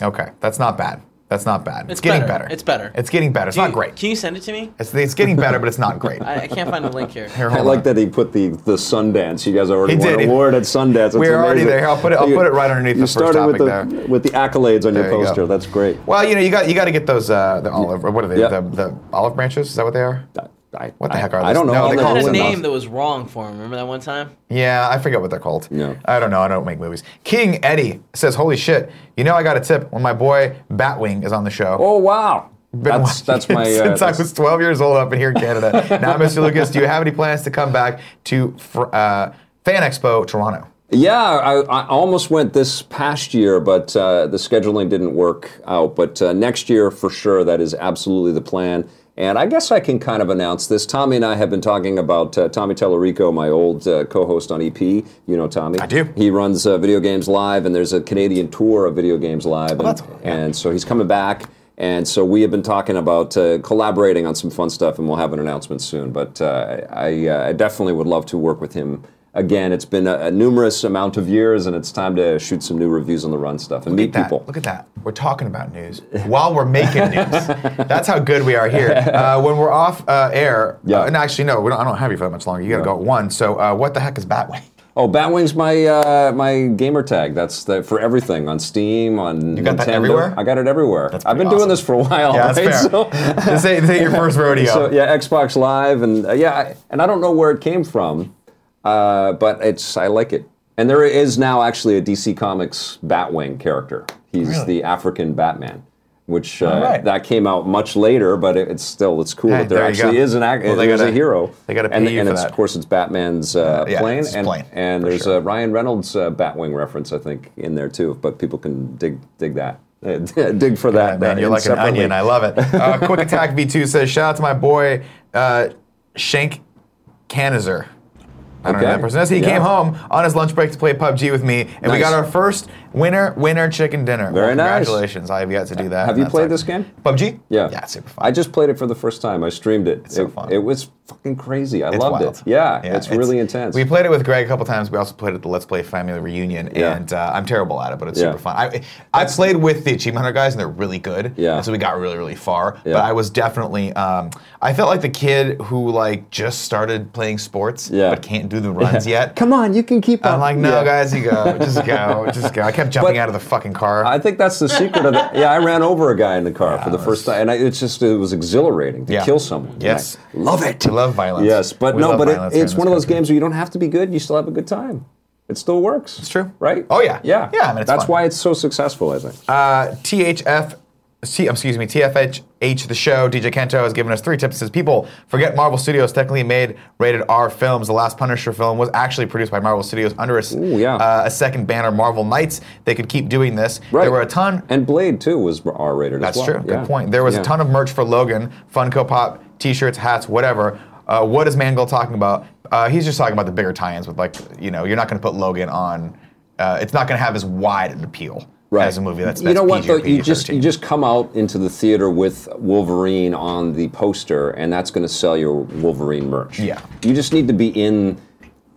Speaker 1: Okay, that's not bad. That's not bad. It's,
Speaker 3: It's
Speaker 1: getting
Speaker 3: better.
Speaker 1: better.
Speaker 3: It's better.
Speaker 1: It's getting better. It's
Speaker 3: Do
Speaker 1: not
Speaker 3: you-
Speaker 1: great.
Speaker 3: Can you send it to me?
Speaker 1: It's, it's getting better, but it's not great.
Speaker 3: I, I can't find a link here.
Speaker 1: Here,
Speaker 2: I
Speaker 1: hold
Speaker 2: like
Speaker 1: on.
Speaker 2: that he put the the Sundance. You guys already
Speaker 1: He
Speaker 2: won
Speaker 1: did.
Speaker 2: an award at Sundance. It's
Speaker 1: We're already
Speaker 2: amazing.
Speaker 1: there. Here, I'll put it- I'll
Speaker 2: You-
Speaker 1: put it right underneath
Speaker 2: you
Speaker 1: the first
Speaker 2: started with
Speaker 1: topic
Speaker 2: the, With the accolades on
Speaker 1: There you
Speaker 2: your
Speaker 1: go.
Speaker 2: poster. That's great.
Speaker 1: Well, you know, you got you got to get those uh, the olive. Or what are they?
Speaker 2: Yeah.
Speaker 1: The, the olive branches? Is that what they are?
Speaker 2: I,
Speaker 1: What the heck are
Speaker 2: I, I
Speaker 1: those?
Speaker 2: don't know.
Speaker 1: No,
Speaker 2: all
Speaker 1: they
Speaker 2: the
Speaker 1: call
Speaker 3: Had
Speaker 1: What's
Speaker 3: a
Speaker 1: them
Speaker 2: names.
Speaker 1: else?
Speaker 3: name that was wrong for him. Remember that one time?
Speaker 1: Yeah, I forget what they're called.
Speaker 2: No.
Speaker 1: I don't know. I don't make movies. King Eddie says, "Holy shit! You know, I got a tip when my boy Batwing is on the show.
Speaker 2: Oh wow,
Speaker 1: Been
Speaker 2: that's
Speaker 1: watching
Speaker 2: that's my.
Speaker 1: it
Speaker 2: Uh,
Speaker 1: since
Speaker 2: that's-
Speaker 1: I was 12 years old up in here in Canada. now, Mr. Lucas, do you have any plans to come back to fr- uh, Fan Expo Toronto?
Speaker 2: Yeah, I, I almost went this past year, but uh, the scheduling didn't work out. But uh, next year, for sure, that is absolutely the plan. And I guess I can kind of announce this. Tommy and I have been talking about uh, Tommy Tellerico, my old uh, co-host on EP. You know Tommy. I
Speaker 1: do.
Speaker 2: He runs uh, Video Games Live, and there's a Canadian tour of Video Games Live, and,
Speaker 1: Oh, that's-
Speaker 2: and so he's coming back. And so we have been talking about uh, collaborating on some fun stuff, and we'll have an announcement soon. But uh, I, uh, I definitely would love to work with him again. It's been a, a numerous amount of years, and it's time to shoot some new reviews on the run stuff and meet
Speaker 1: That-
Speaker 2: people.
Speaker 1: Look at that. We're talking about news while we're making news. That's how good we are here. Uh, when we're off uh, air,
Speaker 2: Yeah.
Speaker 1: uh, and actually, no, we don't, I don't have you for that much longer. You got to go at one. So, uh, what the heck is Batwing?
Speaker 2: Oh, Batwing's my uh, my gamer tag. That's the, for everything on Steam, on you
Speaker 1: got that everywhere?
Speaker 2: I got it everywhere. I've been
Speaker 1: pretty
Speaker 2: doing
Speaker 1: awesome.
Speaker 2: this for a while.
Speaker 1: Yeah, that's fair.
Speaker 2: right? So-
Speaker 1: this, ain't, this ain't your first rodeo.
Speaker 2: So yeah, Xbox Live, and uh, yeah, I, and I don't know where it came from, uh, but it's I like it. And there is now actually a DC Comics Batwing character. He's
Speaker 1: Really?
Speaker 2: the African Batman, which uh,
Speaker 1: right.
Speaker 2: that came out much later, but it, it's still it's cool
Speaker 1: Hey,
Speaker 2: that there,
Speaker 1: there you
Speaker 2: actually
Speaker 1: go.
Speaker 2: is an ac-
Speaker 1: Well, they
Speaker 2: there's
Speaker 1: gotta-
Speaker 2: a hero.
Speaker 1: they gotta
Speaker 2: and,
Speaker 1: pay you
Speaker 2: and
Speaker 1: for
Speaker 2: it's,
Speaker 1: that.
Speaker 2: of course it's Batman's uh,
Speaker 1: yeah,
Speaker 2: plane,
Speaker 1: it's
Speaker 2: and,
Speaker 1: plane,
Speaker 2: and
Speaker 1: for
Speaker 2: there's
Speaker 1: sure.
Speaker 2: a Ryan Reynolds uh, Batwing reference I think in there too, but people can dig dig that. dig for that.
Speaker 1: man,
Speaker 2: uh,
Speaker 1: you're
Speaker 2: in
Speaker 1: like an
Speaker 2: separately.
Speaker 1: onion. I love it. Uh, Quick Attack V2 says, shout out to my boy uh, Shank Canizer. I don't know who
Speaker 2: Okay.
Speaker 1: that person. is. He
Speaker 2: Yeah.
Speaker 1: came home on his lunch break to play PUBG with me, and we
Speaker 2: Nice.
Speaker 1: got our first winner winner chicken dinner.
Speaker 2: Very nice.
Speaker 1: Congratulations! I have yet to do that.
Speaker 2: Have
Speaker 1: and
Speaker 2: you
Speaker 1: that's
Speaker 2: played
Speaker 1: like-
Speaker 2: this game?
Speaker 1: PUBG?
Speaker 2: Yeah.
Speaker 1: Yeah, it's super fun.
Speaker 2: I just played it for the first time. I streamed it. It's
Speaker 1: so
Speaker 2: it,
Speaker 1: fun.
Speaker 2: It was fucking crazy. I
Speaker 1: It's
Speaker 2: loved
Speaker 1: wild.
Speaker 2: it. Yeah, it's, really intense.
Speaker 1: We played it with Greg a couple times. We also played it at the Let's Play Family Reunion,
Speaker 2: Yeah.
Speaker 1: and uh, I'm terrible at it, but it's
Speaker 2: Yeah.
Speaker 1: super fun. I I played with the Achievement Hunter guys, and they're really good.
Speaker 2: Yeah.
Speaker 1: and so we got really really far.
Speaker 2: Yeah.
Speaker 1: But I was definitely um, I felt like the kid who like just started playing sports,
Speaker 2: Yeah.
Speaker 1: but can't do the runs yet.
Speaker 2: Come on, you can keep up.
Speaker 1: I'm like, no,
Speaker 2: Yeah.
Speaker 1: guys, you go, just go, just go. I kept jumping
Speaker 2: But-
Speaker 1: out of the fucking car.
Speaker 2: I think that's the secret of it. Yeah, I ran over a guy in the car for the first time, and I, it's just it was exhilarating to
Speaker 1: Yeah.
Speaker 2: kill someone. And
Speaker 1: Yes.
Speaker 2: I love it.
Speaker 1: we love violence.
Speaker 2: Yes, but
Speaker 1: We
Speaker 2: no,
Speaker 1: love
Speaker 2: but
Speaker 1: violence
Speaker 2: it,
Speaker 1: here
Speaker 2: it's
Speaker 1: in
Speaker 2: one of
Speaker 1: this
Speaker 2: those
Speaker 1: country.
Speaker 2: games where you don't have to be good; you still have a good time. It still works. It's
Speaker 1: true.
Speaker 2: right?
Speaker 1: Oh, yeah.
Speaker 2: yeah,
Speaker 1: Yeah, I mean, it's
Speaker 2: that's
Speaker 1: fun.
Speaker 2: why it's so successful. I think.
Speaker 1: Uh, THF, C, um, excuse me, TFH, the show, DJ Kento has given us three tips. It says, people, forget Marvel Studios technically made rated R films. The last Punisher film was actually produced by Marvel Studios under a, s-
Speaker 2: Ooh, yeah.
Speaker 1: uh, a second banner, Marvel Knights. They could keep doing this.
Speaker 2: right.
Speaker 1: There were a ton.
Speaker 2: and Blade too was R-rated.
Speaker 1: That's
Speaker 2: as
Speaker 1: true.
Speaker 2: well.
Speaker 1: Good point. There was a ton of merch for Logan, Funko Pop, T-shirts, hats, whatever. Uh, what is Mangold talking about? Uh, he's just talking about the bigger tie-ins with like, you know, you're not going to put Logan on. Uh, it's not going to have as wide an appeal as a movie that's, that's
Speaker 2: you know what
Speaker 1: PG or
Speaker 2: though you just
Speaker 1: PG-13.
Speaker 2: you just come out into the theater with Wolverine on the poster and that's going to sell your Wolverine merch.
Speaker 1: Yeah.
Speaker 2: You just need to be in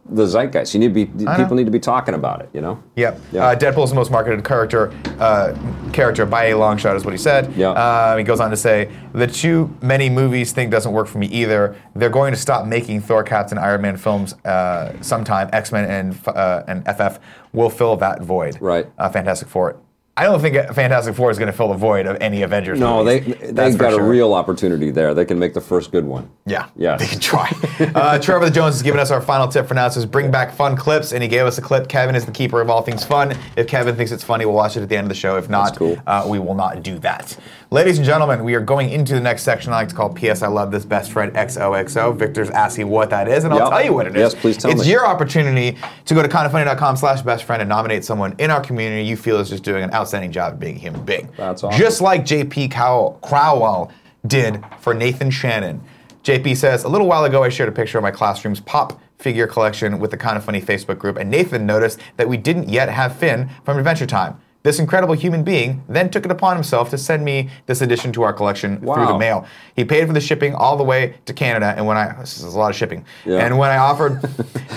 Speaker 2: the zeitgeist. You need to be
Speaker 1: I know.
Speaker 2: people need to be talking about it, you know?
Speaker 1: Yep.
Speaker 2: Yeah.
Speaker 1: Uh, Deadpool's the most marketed character uh, character by a long shot, is what he said.
Speaker 2: Yeah.
Speaker 1: Uh, he goes on to say the too many movies thing doesn't work for me either. They're going to stop making Thor, Captain, Iron Man films uh, sometime. X Men and f- uh, and FF will fill that void.
Speaker 2: Right.
Speaker 1: Uh, Fantastic Four. I don't think Fantastic Four is going to fill the void of any Avengers.
Speaker 2: No, they
Speaker 1: movies. That's
Speaker 2: they've
Speaker 1: for
Speaker 2: got a
Speaker 1: sure.
Speaker 2: real opportunity there. They can make the first good one.
Speaker 1: Yeah.
Speaker 2: Yes.
Speaker 1: They can try. uh, Trevor Jones has given us our final tip for now. It says bring back fun clips, and he gave us a clip. Kevin is the keeper of all things fun. If Kevin thinks it's funny, we'll watch it at the end of the show. If not,
Speaker 2: cool.
Speaker 1: uh, we will not do that. Ladies and gentlemen, we are going into the next section I like to call PS I Love This Best Friend XOXO. Victor's asking what that is, and I'll
Speaker 2: Yep.
Speaker 1: tell you what it is.
Speaker 2: Yes, please tell
Speaker 1: it's
Speaker 2: me.
Speaker 1: your opportunity to go to kindoffunny.com slash best friend and nominate someone in our community you feel is just doing an outstanding job of being a human being.
Speaker 2: That's awesome.
Speaker 1: Just like JP Cow- Crowell did for Nathan Shannon. JP says, a little while ago I shared a picture of my classroom's pop figure collection with the Kind of Funny Facebook group, and Nathan noticed that we didn't yet have Finn from Adventure Time. This incredible human being then took it upon himself to send me this addition to our collection through the
Speaker 2: Wow.
Speaker 1: mail. He paid for the shipping all the way to Canada, and when I this is a lot of shipping,
Speaker 2: Yeah.
Speaker 1: and when I offered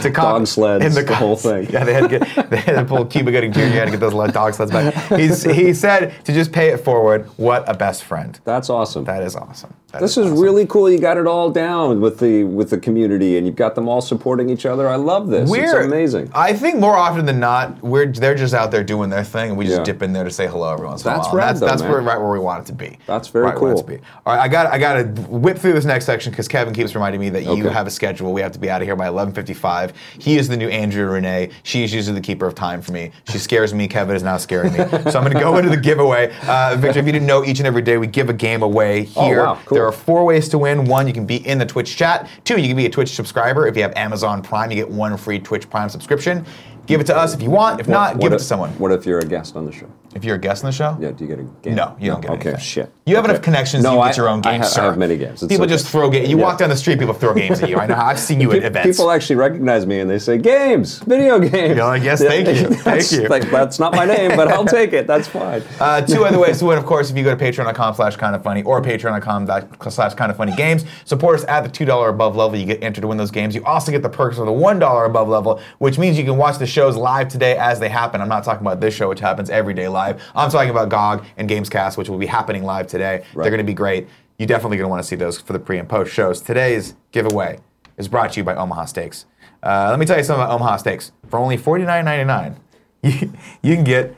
Speaker 1: to come
Speaker 2: Dog sleds,
Speaker 1: Uh, in the,
Speaker 2: the whole
Speaker 1: co-
Speaker 2: thing.
Speaker 1: yeah, they had to get they had to pull Cuba Gooding Jr. had to get those lo- dog sleds back. He's, he said to just pay it forward. What a best friend.
Speaker 2: That's awesome.
Speaker 1: That is awesome. That
Speaker 2: this is
Speaker 1: awesome.
Speaker 2: really cool. You got it all down with the with the community, and you've got them all supporting each other. I love this. it's amazing.
Speaker 1: I think more often than not, we're they're just out there doing their thing, and we just just
Speaker 2: Yeah.
Speaker 1: dip in there to say hello every once in a
Speaker 2: That's
Speaker 1: while.
Speaker 2: rad
Speaker 1: that's
Speaker 2: though,
Speaker 1: that's
Speaker 2: man.
Speaker 1: where right where we want it to be.
Speaker 2: That's very
Speaker 1: right where it's
Speaker 2: cool.
Speaker 1: be. All right, I got I got to whip through this next section because Kevin keeps reminding me that you
Speaker 2: Okay.
Speaker 1: have a schedule. We have to be out of here by 11:55. He is the new Andrew Renee. She is usually the keeper of time for me. She scares me. Kevin is now scaring me. so I'm going to go into the giveaway. Uh, Victor, if you didn't know, each and every day we give a game away
Speaker 2: Oh,
Speaker 1: here.
Speaker 2: wow, cool.
Speaker 1: There are four ways to win. One, you can be in the Twitch chat. Two, you can be a Twitch subscriber. If you have Amazon Prime, you get one free Twitch Prime subscription. Give it to us if you want. If not, give it
Speaker 2: if-
Speaker 1: to someone.
Speaker 2: What if you're a guest on the show?
Speaker 1: If you're a guest on the show,
Speaker 2: Yeah, do you get a game?
Speaker 1: No, you don't get
Speaker 2: Okay,
Speaker 1: anything.
Speaker 2: shit.
Speaker 1: You have
Speaker 2: Okay.
Speaker 1: enough connections.
Speaker 2: No,
Speaker 1: you
Speaker 2: I-
Speaker 1: get your own
Speaker 2: I
Speaker 1: games,
Speaker 2: ha-
Speaker 1: sir.
Speaker 2: I have many games. It's
Speaker 1: people
Speaker 2: okay.
Speaker 1: just throw games. You
Speaker 2: Yeah.
Speaker 1: walk down the street, people throw games at you. I know. I've seen you at
Speaker 2: Pe-
Speaker 1: events.
Speaker 2: People actually recognize me and they say games, video games.
Speaker 1: You're like, "Yes, thank you, thank
Speaker 2: That's-
Speaker 1: you."
Speaker 2: like, that's not my name, but I'll take it. That's fine.
Speaker 1: Uh, two other ways to win, of course, if you go to patreon.com slash kind of funny or patreon.com dot- slash kind of funny games. Support us at the $2 above level. You get entered to win those games. You also get the perks of the $1 above level, which means you can watch the shows live today as they happen. I'm not talking about this show, which happens every day live. I'm talking about GOG and Gamescast, which will be happening live today. They're
Speaker 2: Right.
Speaker 1: going to be great. You're definitely going to want to see those for the pre and post shows. Today's giveaway is brought to you by Omaha Steaks. Uh, let me tell you something about Omaha Steaks. For only $49.99, you, you can get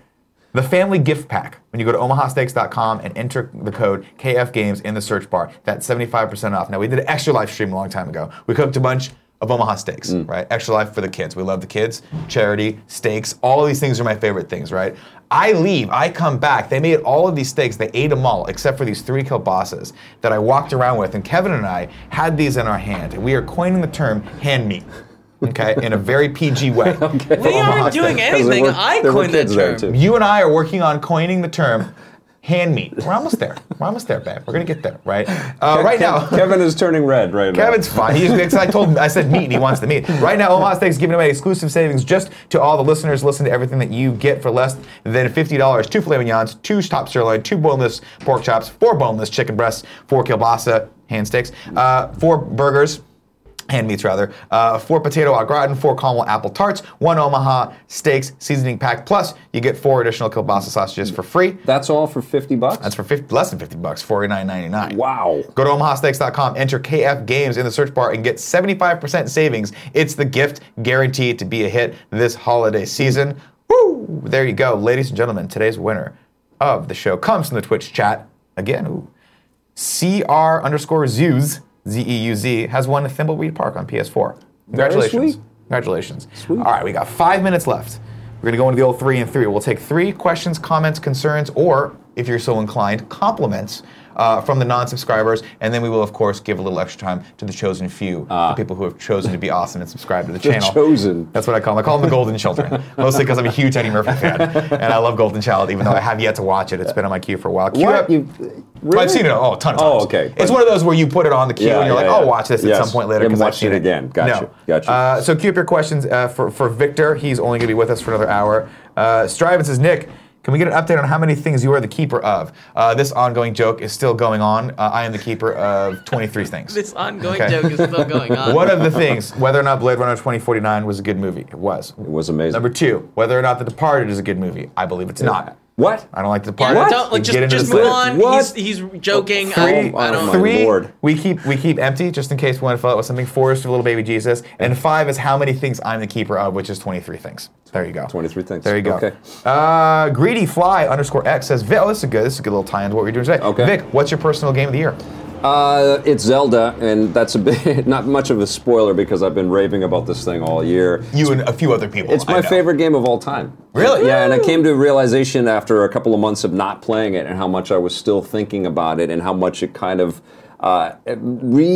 Speaker 1: the family gift pack when you go to omahasteaks.com and enter the code KFGames in the search bar. That's 75% off. Now, we did an extra live stream a long time ago. We cooked a bunch of Omaha steaks, right? Extra life for the kids. We love the kids. Charity, steaks, all of these things are my favorite things, right? I leave, I come back. They made all of these steaks. They ate them all except for these three kielbasa's that I walked around with. And Kevin and I had these in our hand. And we are coining the term hand meat. Okay, in a very PG way. okay.
Speaker 3: We aren't doing
Speaker 2: Because there
Speaker 3: anything.
Speaker 2: were-
Speaker 3: I
Speaker 2: there were
Speaker 3: coined that
Speaker 2: kids there,
Speaker 3: term.
Speaker 2: too.
Speaker 1: You and I are working on coining the term hand meat. We're almost there. We're almost there, babe. We're gonna get there, right? Uh, right now.
Speaker 2: Kevin is turning red right now.
Speaker 1: Kevin's fine. He's, it's- I told him, I said meat, and he wants the meat. Right now, Omaha Steaks is giving away exclusive savings just to all the listeners. Listen to everything that you get for less than $50. Two filet mignons, two top sirloin, two boneless pork chops, four boneless chicken breasts, four kielbasa hand steaks, uh, four burgers, hand meats rather, uh, four potato au gratin, four caramel apple tarts, one Omaha Steaks seasoning pack. Plus, you get four additional kielbasa sausages for free.
Speaker 2: That's all for 50 bucks?
Speaker 1: That's for 50, less than 50 bucks, 49.99.
Speaker 2: wow.
Speaker 1: Go to omahasteaks.com, enter KF Games in the search bar, and get 75% savings. It's the gift guaranteed to be a hit this holiday season. Woo! There you go. Ladies and gentlemen, today's winner of the show comes from the Twitch chat. Again, ooh. CR underscore Zeus, Z E U Z, has won Thimbleweed Park on PS4. Congratulations.
Speaker 2: sweet.
Speaker 1: Congratulations. All right, we got five minutes left. We're going to go into the old three and three. We'll take three questions, comments, concerns, or, if you're so inclined, compliments uh, from the non subscribers. And then we will, of course, give a little extra time to the chosen few, the people who have chosen to be awesome and subscribe to the channel.
Speaker 2: Uh. chosen.
Speaker 1: That's what I call them. I call them the Golden Children, mostly because I'm a huge Eddie Murphy fan. And I love Golden Child, even though I have yet to watch it. It's been on my queue for a while. Queue
Speaker 2: What?
Speaker 1: up-
Speaker 2: You, really?
Speaker 1: I've seen it oh, a ton of
Speaker 2: Oh,
Speaker 1: times.
Speaker 2: okay.
Speaker 1: It's one of those where you put it on the queue
Speaker 2: Yeah,
Speaker 1: and you're like,
Speaker 2: yeah,
Speaker 1: "I'll
Speaker 2: yeah.
Speaker 1: watch this
Speaker 2: Yes.
Speaker 1: at some point later
Speaker 2: You
Speaker 1: because
Speaker 2: haven't
Speaker 1: I've
Speaker 2: watched
Speaker 1: seen
Speaker 2: it again. Gotcha.
Speaker 1: No.
Speaker 2: Gotcha.
Speaker 1: Uh, so queue up your questions uh, for for Victor. He's only going to be with us for another hour. Uh, Striven says, "Nick, can we get an update on how many things you are the keeper of?" Uh, this ongoing joke is still going on. Uh, I am the keeper of 23 things.
Speaker 3: This ongoing
Speaker 1: Okay.
Speaker 3: joke is still going on.
Speaker 1: One of the things, whether or not Blade Runner 2049 was a good movie, it was.
Speaker 2: It was amazing.
Speaker 1: Number two, whether or not The Departed is a good movie, I believe it's not.
Speaker 2: What?
Speaker 1: I don't like The
Speaker 3: Yeah,
Speaker 1: Departed.
Speaker 3: Don't, like,
Speaker 1: We
Speaker 3: just
Speaker 1: get into
Speaker 3: just
Speaker 1: this
Speaker 3: move
Speaker 1: later.
Speaker 3: on.
Speaker 2: What?
Speaker 3: He's, he's joking. I don't-
Speaker 2: Three-
Speaker 3: I don't.
Speaker 2: oh my
Speaker 1: Three,
Speaker 2: lord.
Speaker 1: we keep we keep empty just in case one fell out with something. Four is for little baby Jesus, and five is how many things I'm the keeper of, which is 23 things. There you go.
Speaker 2: 23 things.
Speaker 1: There you go.
Speaker 2: Okay.
Speaker 1: Uh, greedy fly underscore X says, Vic, oh, this is good. This is a good little tie-in to what we're doing today.
Speaker 2: Okay.
Speaker 1: Vic, what's your personal game of the year?
Speaker 2: Uh, it's Zelda, and that's a bit, not much of a spoiler because I've been raving about this thing all year.
Speaker 1: You and a few other people.
Speaker 2: It's
Speaker 1: I
Speaker 2: my
Speaker 1: know.
Speaker 2: favorite game of all time.
Speaker 1: Really?
Speaker 2: Yeah, and I came to a realization after a couple of months of not playing it and how much I was still thinking about it and how much it kind of uh, it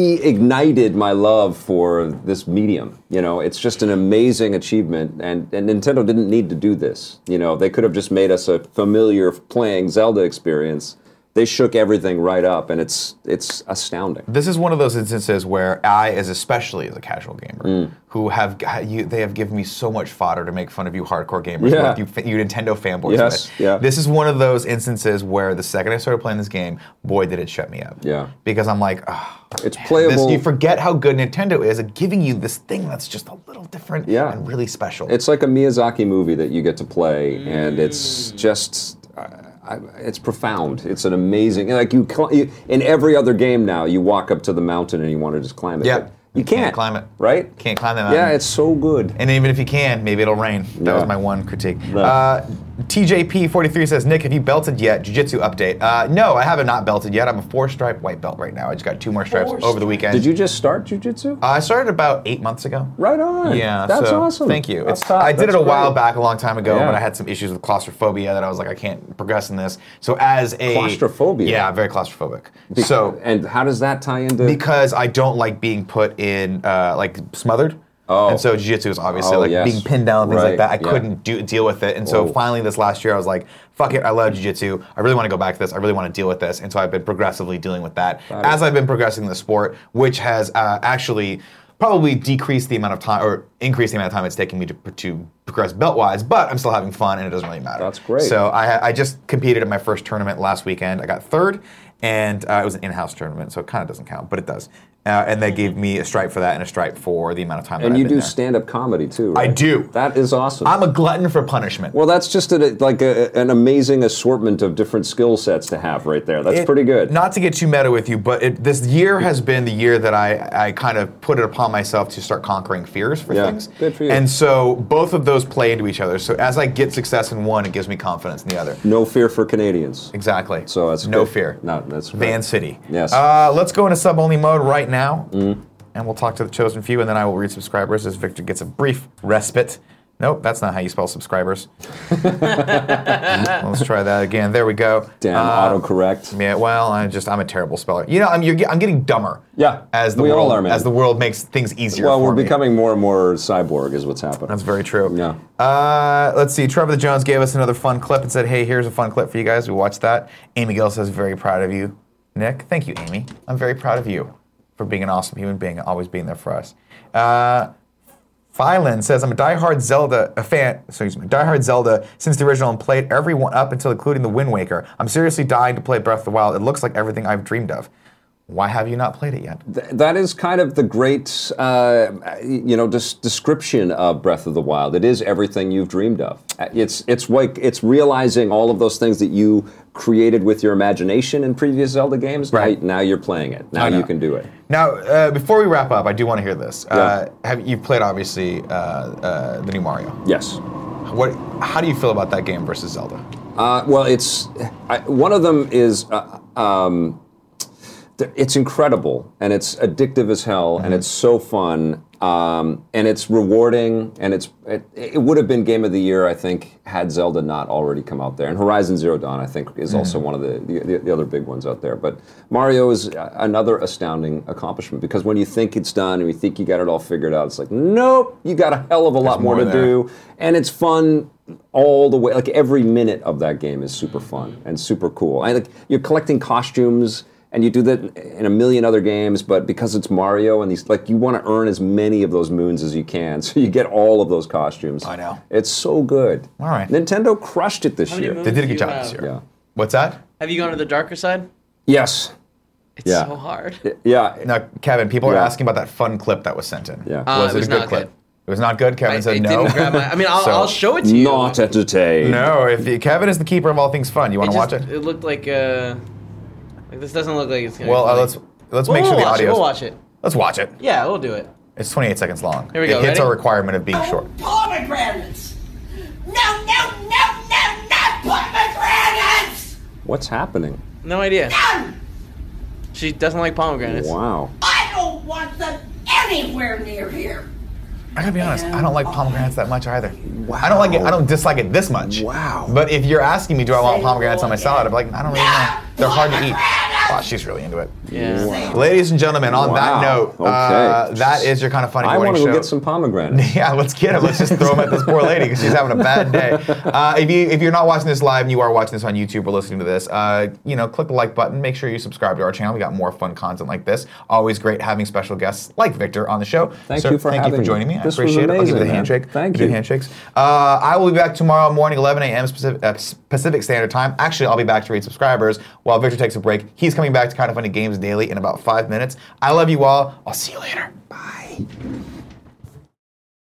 Speaker 2: reignited my love for this medium. You know, it's just an amazing achievement, and, and Nintendo didn't need to do this. You know, they could have just made us a familiar playing Zelda experience. They shook everything right up, and it's it's astounding.
Speaker 1: This is one of those instances where I, as especially as a casual gamer,
Speaker 2: Mm.
Speaker 1: who have g- you, they have given me so much fodder to make fun of you hardcore gamers,
Speaker 2: Yeah.
Speaker 1: with you, fa- you Nintendo fanboys.
Speaker 2: Yes,
Speaker 1: with.
Speaker 2: yeah.
Speaker 1: This is one of those instances where the second I started playing this game, boy, did it shut me up.
Speaker 2: Yeah.
Speaker 1: Because I'm like, oh,
Speaker 2: It's playable.
Speaker 1: you forget how good Nintendo is at giving you this thing that's just a little different
Speaker 2: Yeah.
Speaker 1: and really special.
Speaker 2: It's like a Miyazaki movie that you get to play, and
Speaker 1: Mm.
Speaker 2: it's just. Uh, I, it's profound. It's an amazing. Like you, cl- you, in every other game now, you walk up to the mountain and you want to just climb it.
Speaker 1: Yeah.
Speaker 2: But You can't,
Speaker 1: climb it.
Speaker 2: right?
Speaker 1: Can't climb that mountain.
Speaker 2: Yeah, it's so good.
Speaker 1: And even if you can, maybe it'll rain. That
Speaker 2: Yeah.
Speaker 1: was my one critique.
Speaker 2: No.
Speaker 1: Uh, TJP43 says, Nick, have you belted yet? Jiu Jitsu update. Uh, no, I haven't not belted yet. I'm a four stripe white belt right now. I just got two more stripes
Speaker 3: Four
Speaker 1: over the weekend.
Speaker 2: Did you just start jujitsu?
Speaker 1: Uh, I started about eight months ago.
Speaker 2: right on.
Speaker 1: Yeah,
Speaker 2: that's
Speaker 1: so
Speaker 2: awesome.
Speaker 1: Thank you.
Speaker 2: That's
Speaker 1: It's,
Speaker 2: top.
Speaker 1: I did
Speaker 2: That's
Speaker 1: it a while
Speaker 2: great.
Speaker 1: back, a long time ago,
Speaker 2: Yeah.
Speaker 1: but I had some issues with claustrophobia that I was like, I can't progress in this. So as a
Speaker 2: Claustrophobia?
Speaker 1: yeah, very claustrophobic. so
Speaker 2: and how does that tie into?
Speaker 1: because I don't like being put in uh, like smothered.
Speaker 2: Oh.
Speaker 1: And so jiu-jitsu is obviously
Speaker 2: Oh,
Speaker 1: like
Speaker 2: yes.
Speaker 1: being pinned down, things
Speaker 2: Right,
Speaker 1: like that. I
Speaker 2: yeah. Oh.
Speaker 1: couldn't do, deal with it. And so
Speaker 2: Whoa.
Speaker 1: finally this last year I was like, fuck it, I love jiu-jitsu. I really want to go back to this. I really want to deal with this. And so I've been progressively dealing with that as I've been progressing the sport, which has uh, actually probably decreased the amount of time or increased the amount of time it's taking me to, to progress belt-wise, but I'm still having fun and it doesn't really matter.
Speaker 2: That's great.
Speaker 1: So I, ha- I just competed in my first tournament last weekend. I got third, and uh, it was an in-house tournament, so it kind of doesn't count, but it does. Uh, and they gave me a stripe for that and a stripe for the amount of time.
Speaker 2: Mm-hmm. and
Speaker 1: that
Speaker 2: you
Speaker 1: I've been
Speaker 2: do
Speaker 1: there.
Speaker 2: stand-up comedy too.
Speaker 1: I
Speaker 2: Right?
Speaker 1: do.
Speaker 2: That is awesome.
Speaker 1: I'm a glutton for punishment.
Speaker 2: well, that's just a, like a, an amazing assortment of different skill sets to have right there. That's
Speaker 1: it-
Speaker 2: pretty good.
Speaker 1: Not to get too meta with you, but it, this year has been the year that I, I kind of put it upon myself to start conquering fears for
Speaker 2: Yeah,
Speaker 1: things.
Speaker 2: good for you.
Speaker 1: And so both of those play into each other. So as I get success in one, it gives me confidence in the other.
Speaker 2: no fear for Canadians.
Speaker 1: Exactly.
Speaker 2: So that's
Speaker 1: no
Speaker 2: good.
Speaker 1: fear.
Speaker 2: No, that's good.
Speaker 1: Van City.
Speaker 2: Yes.
Speaker 1: Uh, let's go into sub only mode right now, and we'll talk to the chosen few, and then I will read subscribers as Victor gets a brief respite. Nope, that's not how you spell subscribers. let's try that again. There we go. Um,
Speaker 2: Damn autocorrect.
Speaker 1: Yeah, well, I just I'm a terrible speller. You know, I'm you're, I'm getting dumber.
Speaker 2: Yeah,
Speaker 1: as the
Speaker 2: we all
Speaker 1: world
Speaker 2: are, man.
Speaker 1: as the world makes things easier.
Speaker 2: Well,
Speaker 1: for
Speaker 2: we're
Speaker 1: me.
Speaker 2: becoming more and more cyborg, is what's happening.
Speaker 1: That's very true.
Speaker 2: Yeah.
Speaker 1: Uh, let's see. Trevor the Jones gave us another fun clip and said, "Hey, here's a fun clip for you guys. We watched that." Amy Gill says, "Very proud of you, Nick. Thank you, Amy. I'm very proud of you for being an awesome human being and always being there for us." Uh, Phylon says, "I'm a diehard Zelda a fan. Excuse me, diehard Zelda since the original and played everyone up until including the Wind Waker. I'm seriously dying to play Breath of the Wild. It looks like everything I've dreamed of. Why have you not played it yet?
Speaker 2: Th- that is kind of the great, uh, you know, des- description of Breath of the Wild. It is everything you've dreamed of. Uh, It's it's like it's realizing all of those things that you created with your imagination in previous Zelda games.
Speaker 1: Right.
Speaker 2: Now, now you're playing it. Now
Speaker 1: I know.
Speaker 2: you can do it.
Speaker 1: Now, uh, before we wrap up, I do want to hear this. Uh, have you played obviously uh, uh, the new Mario?
Speaker 2: Yes.
Speaker 1: What? How do you feel about that game versus Zelda?
Speaker 2: Uh, well, it's I, one of them is uh, um, th- it's incredible and it's addictive as hell
Speaker 1: Mm-hmm.
Speaker 2: and it's so fun um, and it's rewarding and it's it, it would have been game of the year I think had Zelda not already come out there and Horizon Zero Dawn I think is also
Speaker 1: Mm-hmm.
Speaker 2: one of the, the the other big ones out there but Mario is a- another astounding accomplishment because when you think it's done and you think you got it all figured out it's like nope you got a hell of a lot more,
Speaker 1: more
Speaker 2: to
Speaker 1: there.
Speaker 2: do and it's fun all the way like every minute of that game is super fun and super cool and like you're collecting costumes and you do that in a million other games but because it's mario and these like you want to earn as many of those moons as you can so you get all of those costumes
Speaker 1: I know.
Speaker 2: it's so good
Speaker 1: All right.
Speaker 2: nintendo crushed it this
Speaker 3: many
Speaker 2: year
Speaker 3: moons?
Speaker 1: They did a good
Speaker 3: You,
Speaker 1: job
Speaker 3: uh,
Speaker 1: this year.
Speaker 2: yeah
Speaker 1: What's that?
Speaker 3: Have you gone to the darker side?
Speaker 2: yes
Speaker 3: It's
Speaker 2: Yeah.
Speaker 3: so hard.
Speaker 2: yeah
Speaker 1: Now, Kevin, people are
Speaker 2: Yeah.
Speaker 1: asking about that fun clip that was sent in.
Speaker 2: Yeah. Uh,
Speaker 1: Was
Speaker 3: it
Speaker 1: it,
Speaker 3: was
Speaker 1: a good
Speaker 3: not
Speaker 1: clip?
Speaker 3: good.
Speaker 1: It was not good. Kevin
Speaker 3: I,
Speaker 1: said
Speaker 3: it
Speaker 1: no.
Speaker 3: didn't grab my. I mean, I'll,
Speaker 1: So-
Speaker 3: I'll show it to you.
Speaker 2: not entertained
Speaker 1: No, if you, Kevin is the keeper of all things fun, you want to watch
Speaker 3: just-
Speaker 1: it?
Speaker 3: looked like uh, like this doesn't look like it's gonna.
Speaker 1: Well,
Speaker 3: be
Speaker 1: uh,
Speaker 3: funny.
Speaker 1: let's let's
Speaker 3: We'll-
Speaker 1: make sure
Speaker 3: we'll
Speaker 1: the
Speaker 3: watch it,
Speaker 1: audio.
Speaker 3: We'll watch it.
Speaker 1: Let's watch it.
Speaker 3: Yeah, we'll do it.
Speaker 1: It's 28 seconds long.
Speaker 3: Here we
Speaker 1: it
Speaker 3: go,
Speaker 1: hits
Speaker 3: ready?
Speaker 1: our requirement of being short.
Speaker 4: Pomegranates! No, no, no, no, not pomegranates!
Speaker 2: what's happening
Speaker 3: No idea.
Speaker 4: None!
Speaker 3: She doesn't like pomegranates.
Speaker 2: wow
Speaker 4: I don't want them anywhere near here!
Speaker 1: I gotta be honest. I don't like pomegranates that much either. I don't like it. I don't dislike it this much.
Speaker 2: Wow.
Speaker 1: But if you're asking me, do I want
Speaker 4: Say
Speaker 1: pomegranates on my
Speaker 4: no
Speaker 1: salad? I'm like, I don't really know. They're hard to eat.
Speaker 4: Pomegranates!
Speaker 1: Wow, she's really into it.
Speaker 3: Yeah.
Speaker 1: Ladies and gentlemen, on that
Speaker 2: Wow.
Speaker 1: note, uh,
Speaker 2: Okay.
Speaker 1: that is your kind of funny
Speaker 2: i
Speaker 1: morning
Speaker 2: want to
Speaker 1: show.
Speaker 2: go get some pomegranate
Speaker 1: Yeah, let's get him. Let's just throw him at this poor lady because she's having a bad day. Uh, if you if you're not watching this live and you are watching this on YouTube or listening to this, uh, you know, click the like button. Make sure you subscribe to our channel. We got more fun content like this. Always great having special guests like Victor on the show.
Speaker 2: Thank you for
Speaker 1: thank you
Speaker 2: having
Speaker 1: for
Speaker 2: me.
Speaker 1: joining me. I
Speaker 2: This was
Speaker 1: appreciate it. I'll give you
Speaker 2: amazing,
Speaker 1: the
Speaker 2: man.
Speaker 1: handshake.
Speaker 2: Thank
Speaker 1: Do
Speaker 2: you.
Speaker 1: handshakes. Uh, I will be back tomorrow morning, 11 a.m. Pacific, uh, Pacific Standard Time. Actually, I'll be back to read subscribers while Victor takes a break. He's coming back to Kind of Funny Games Daily in about five minutes. I love you all. I'll see you later. Bye.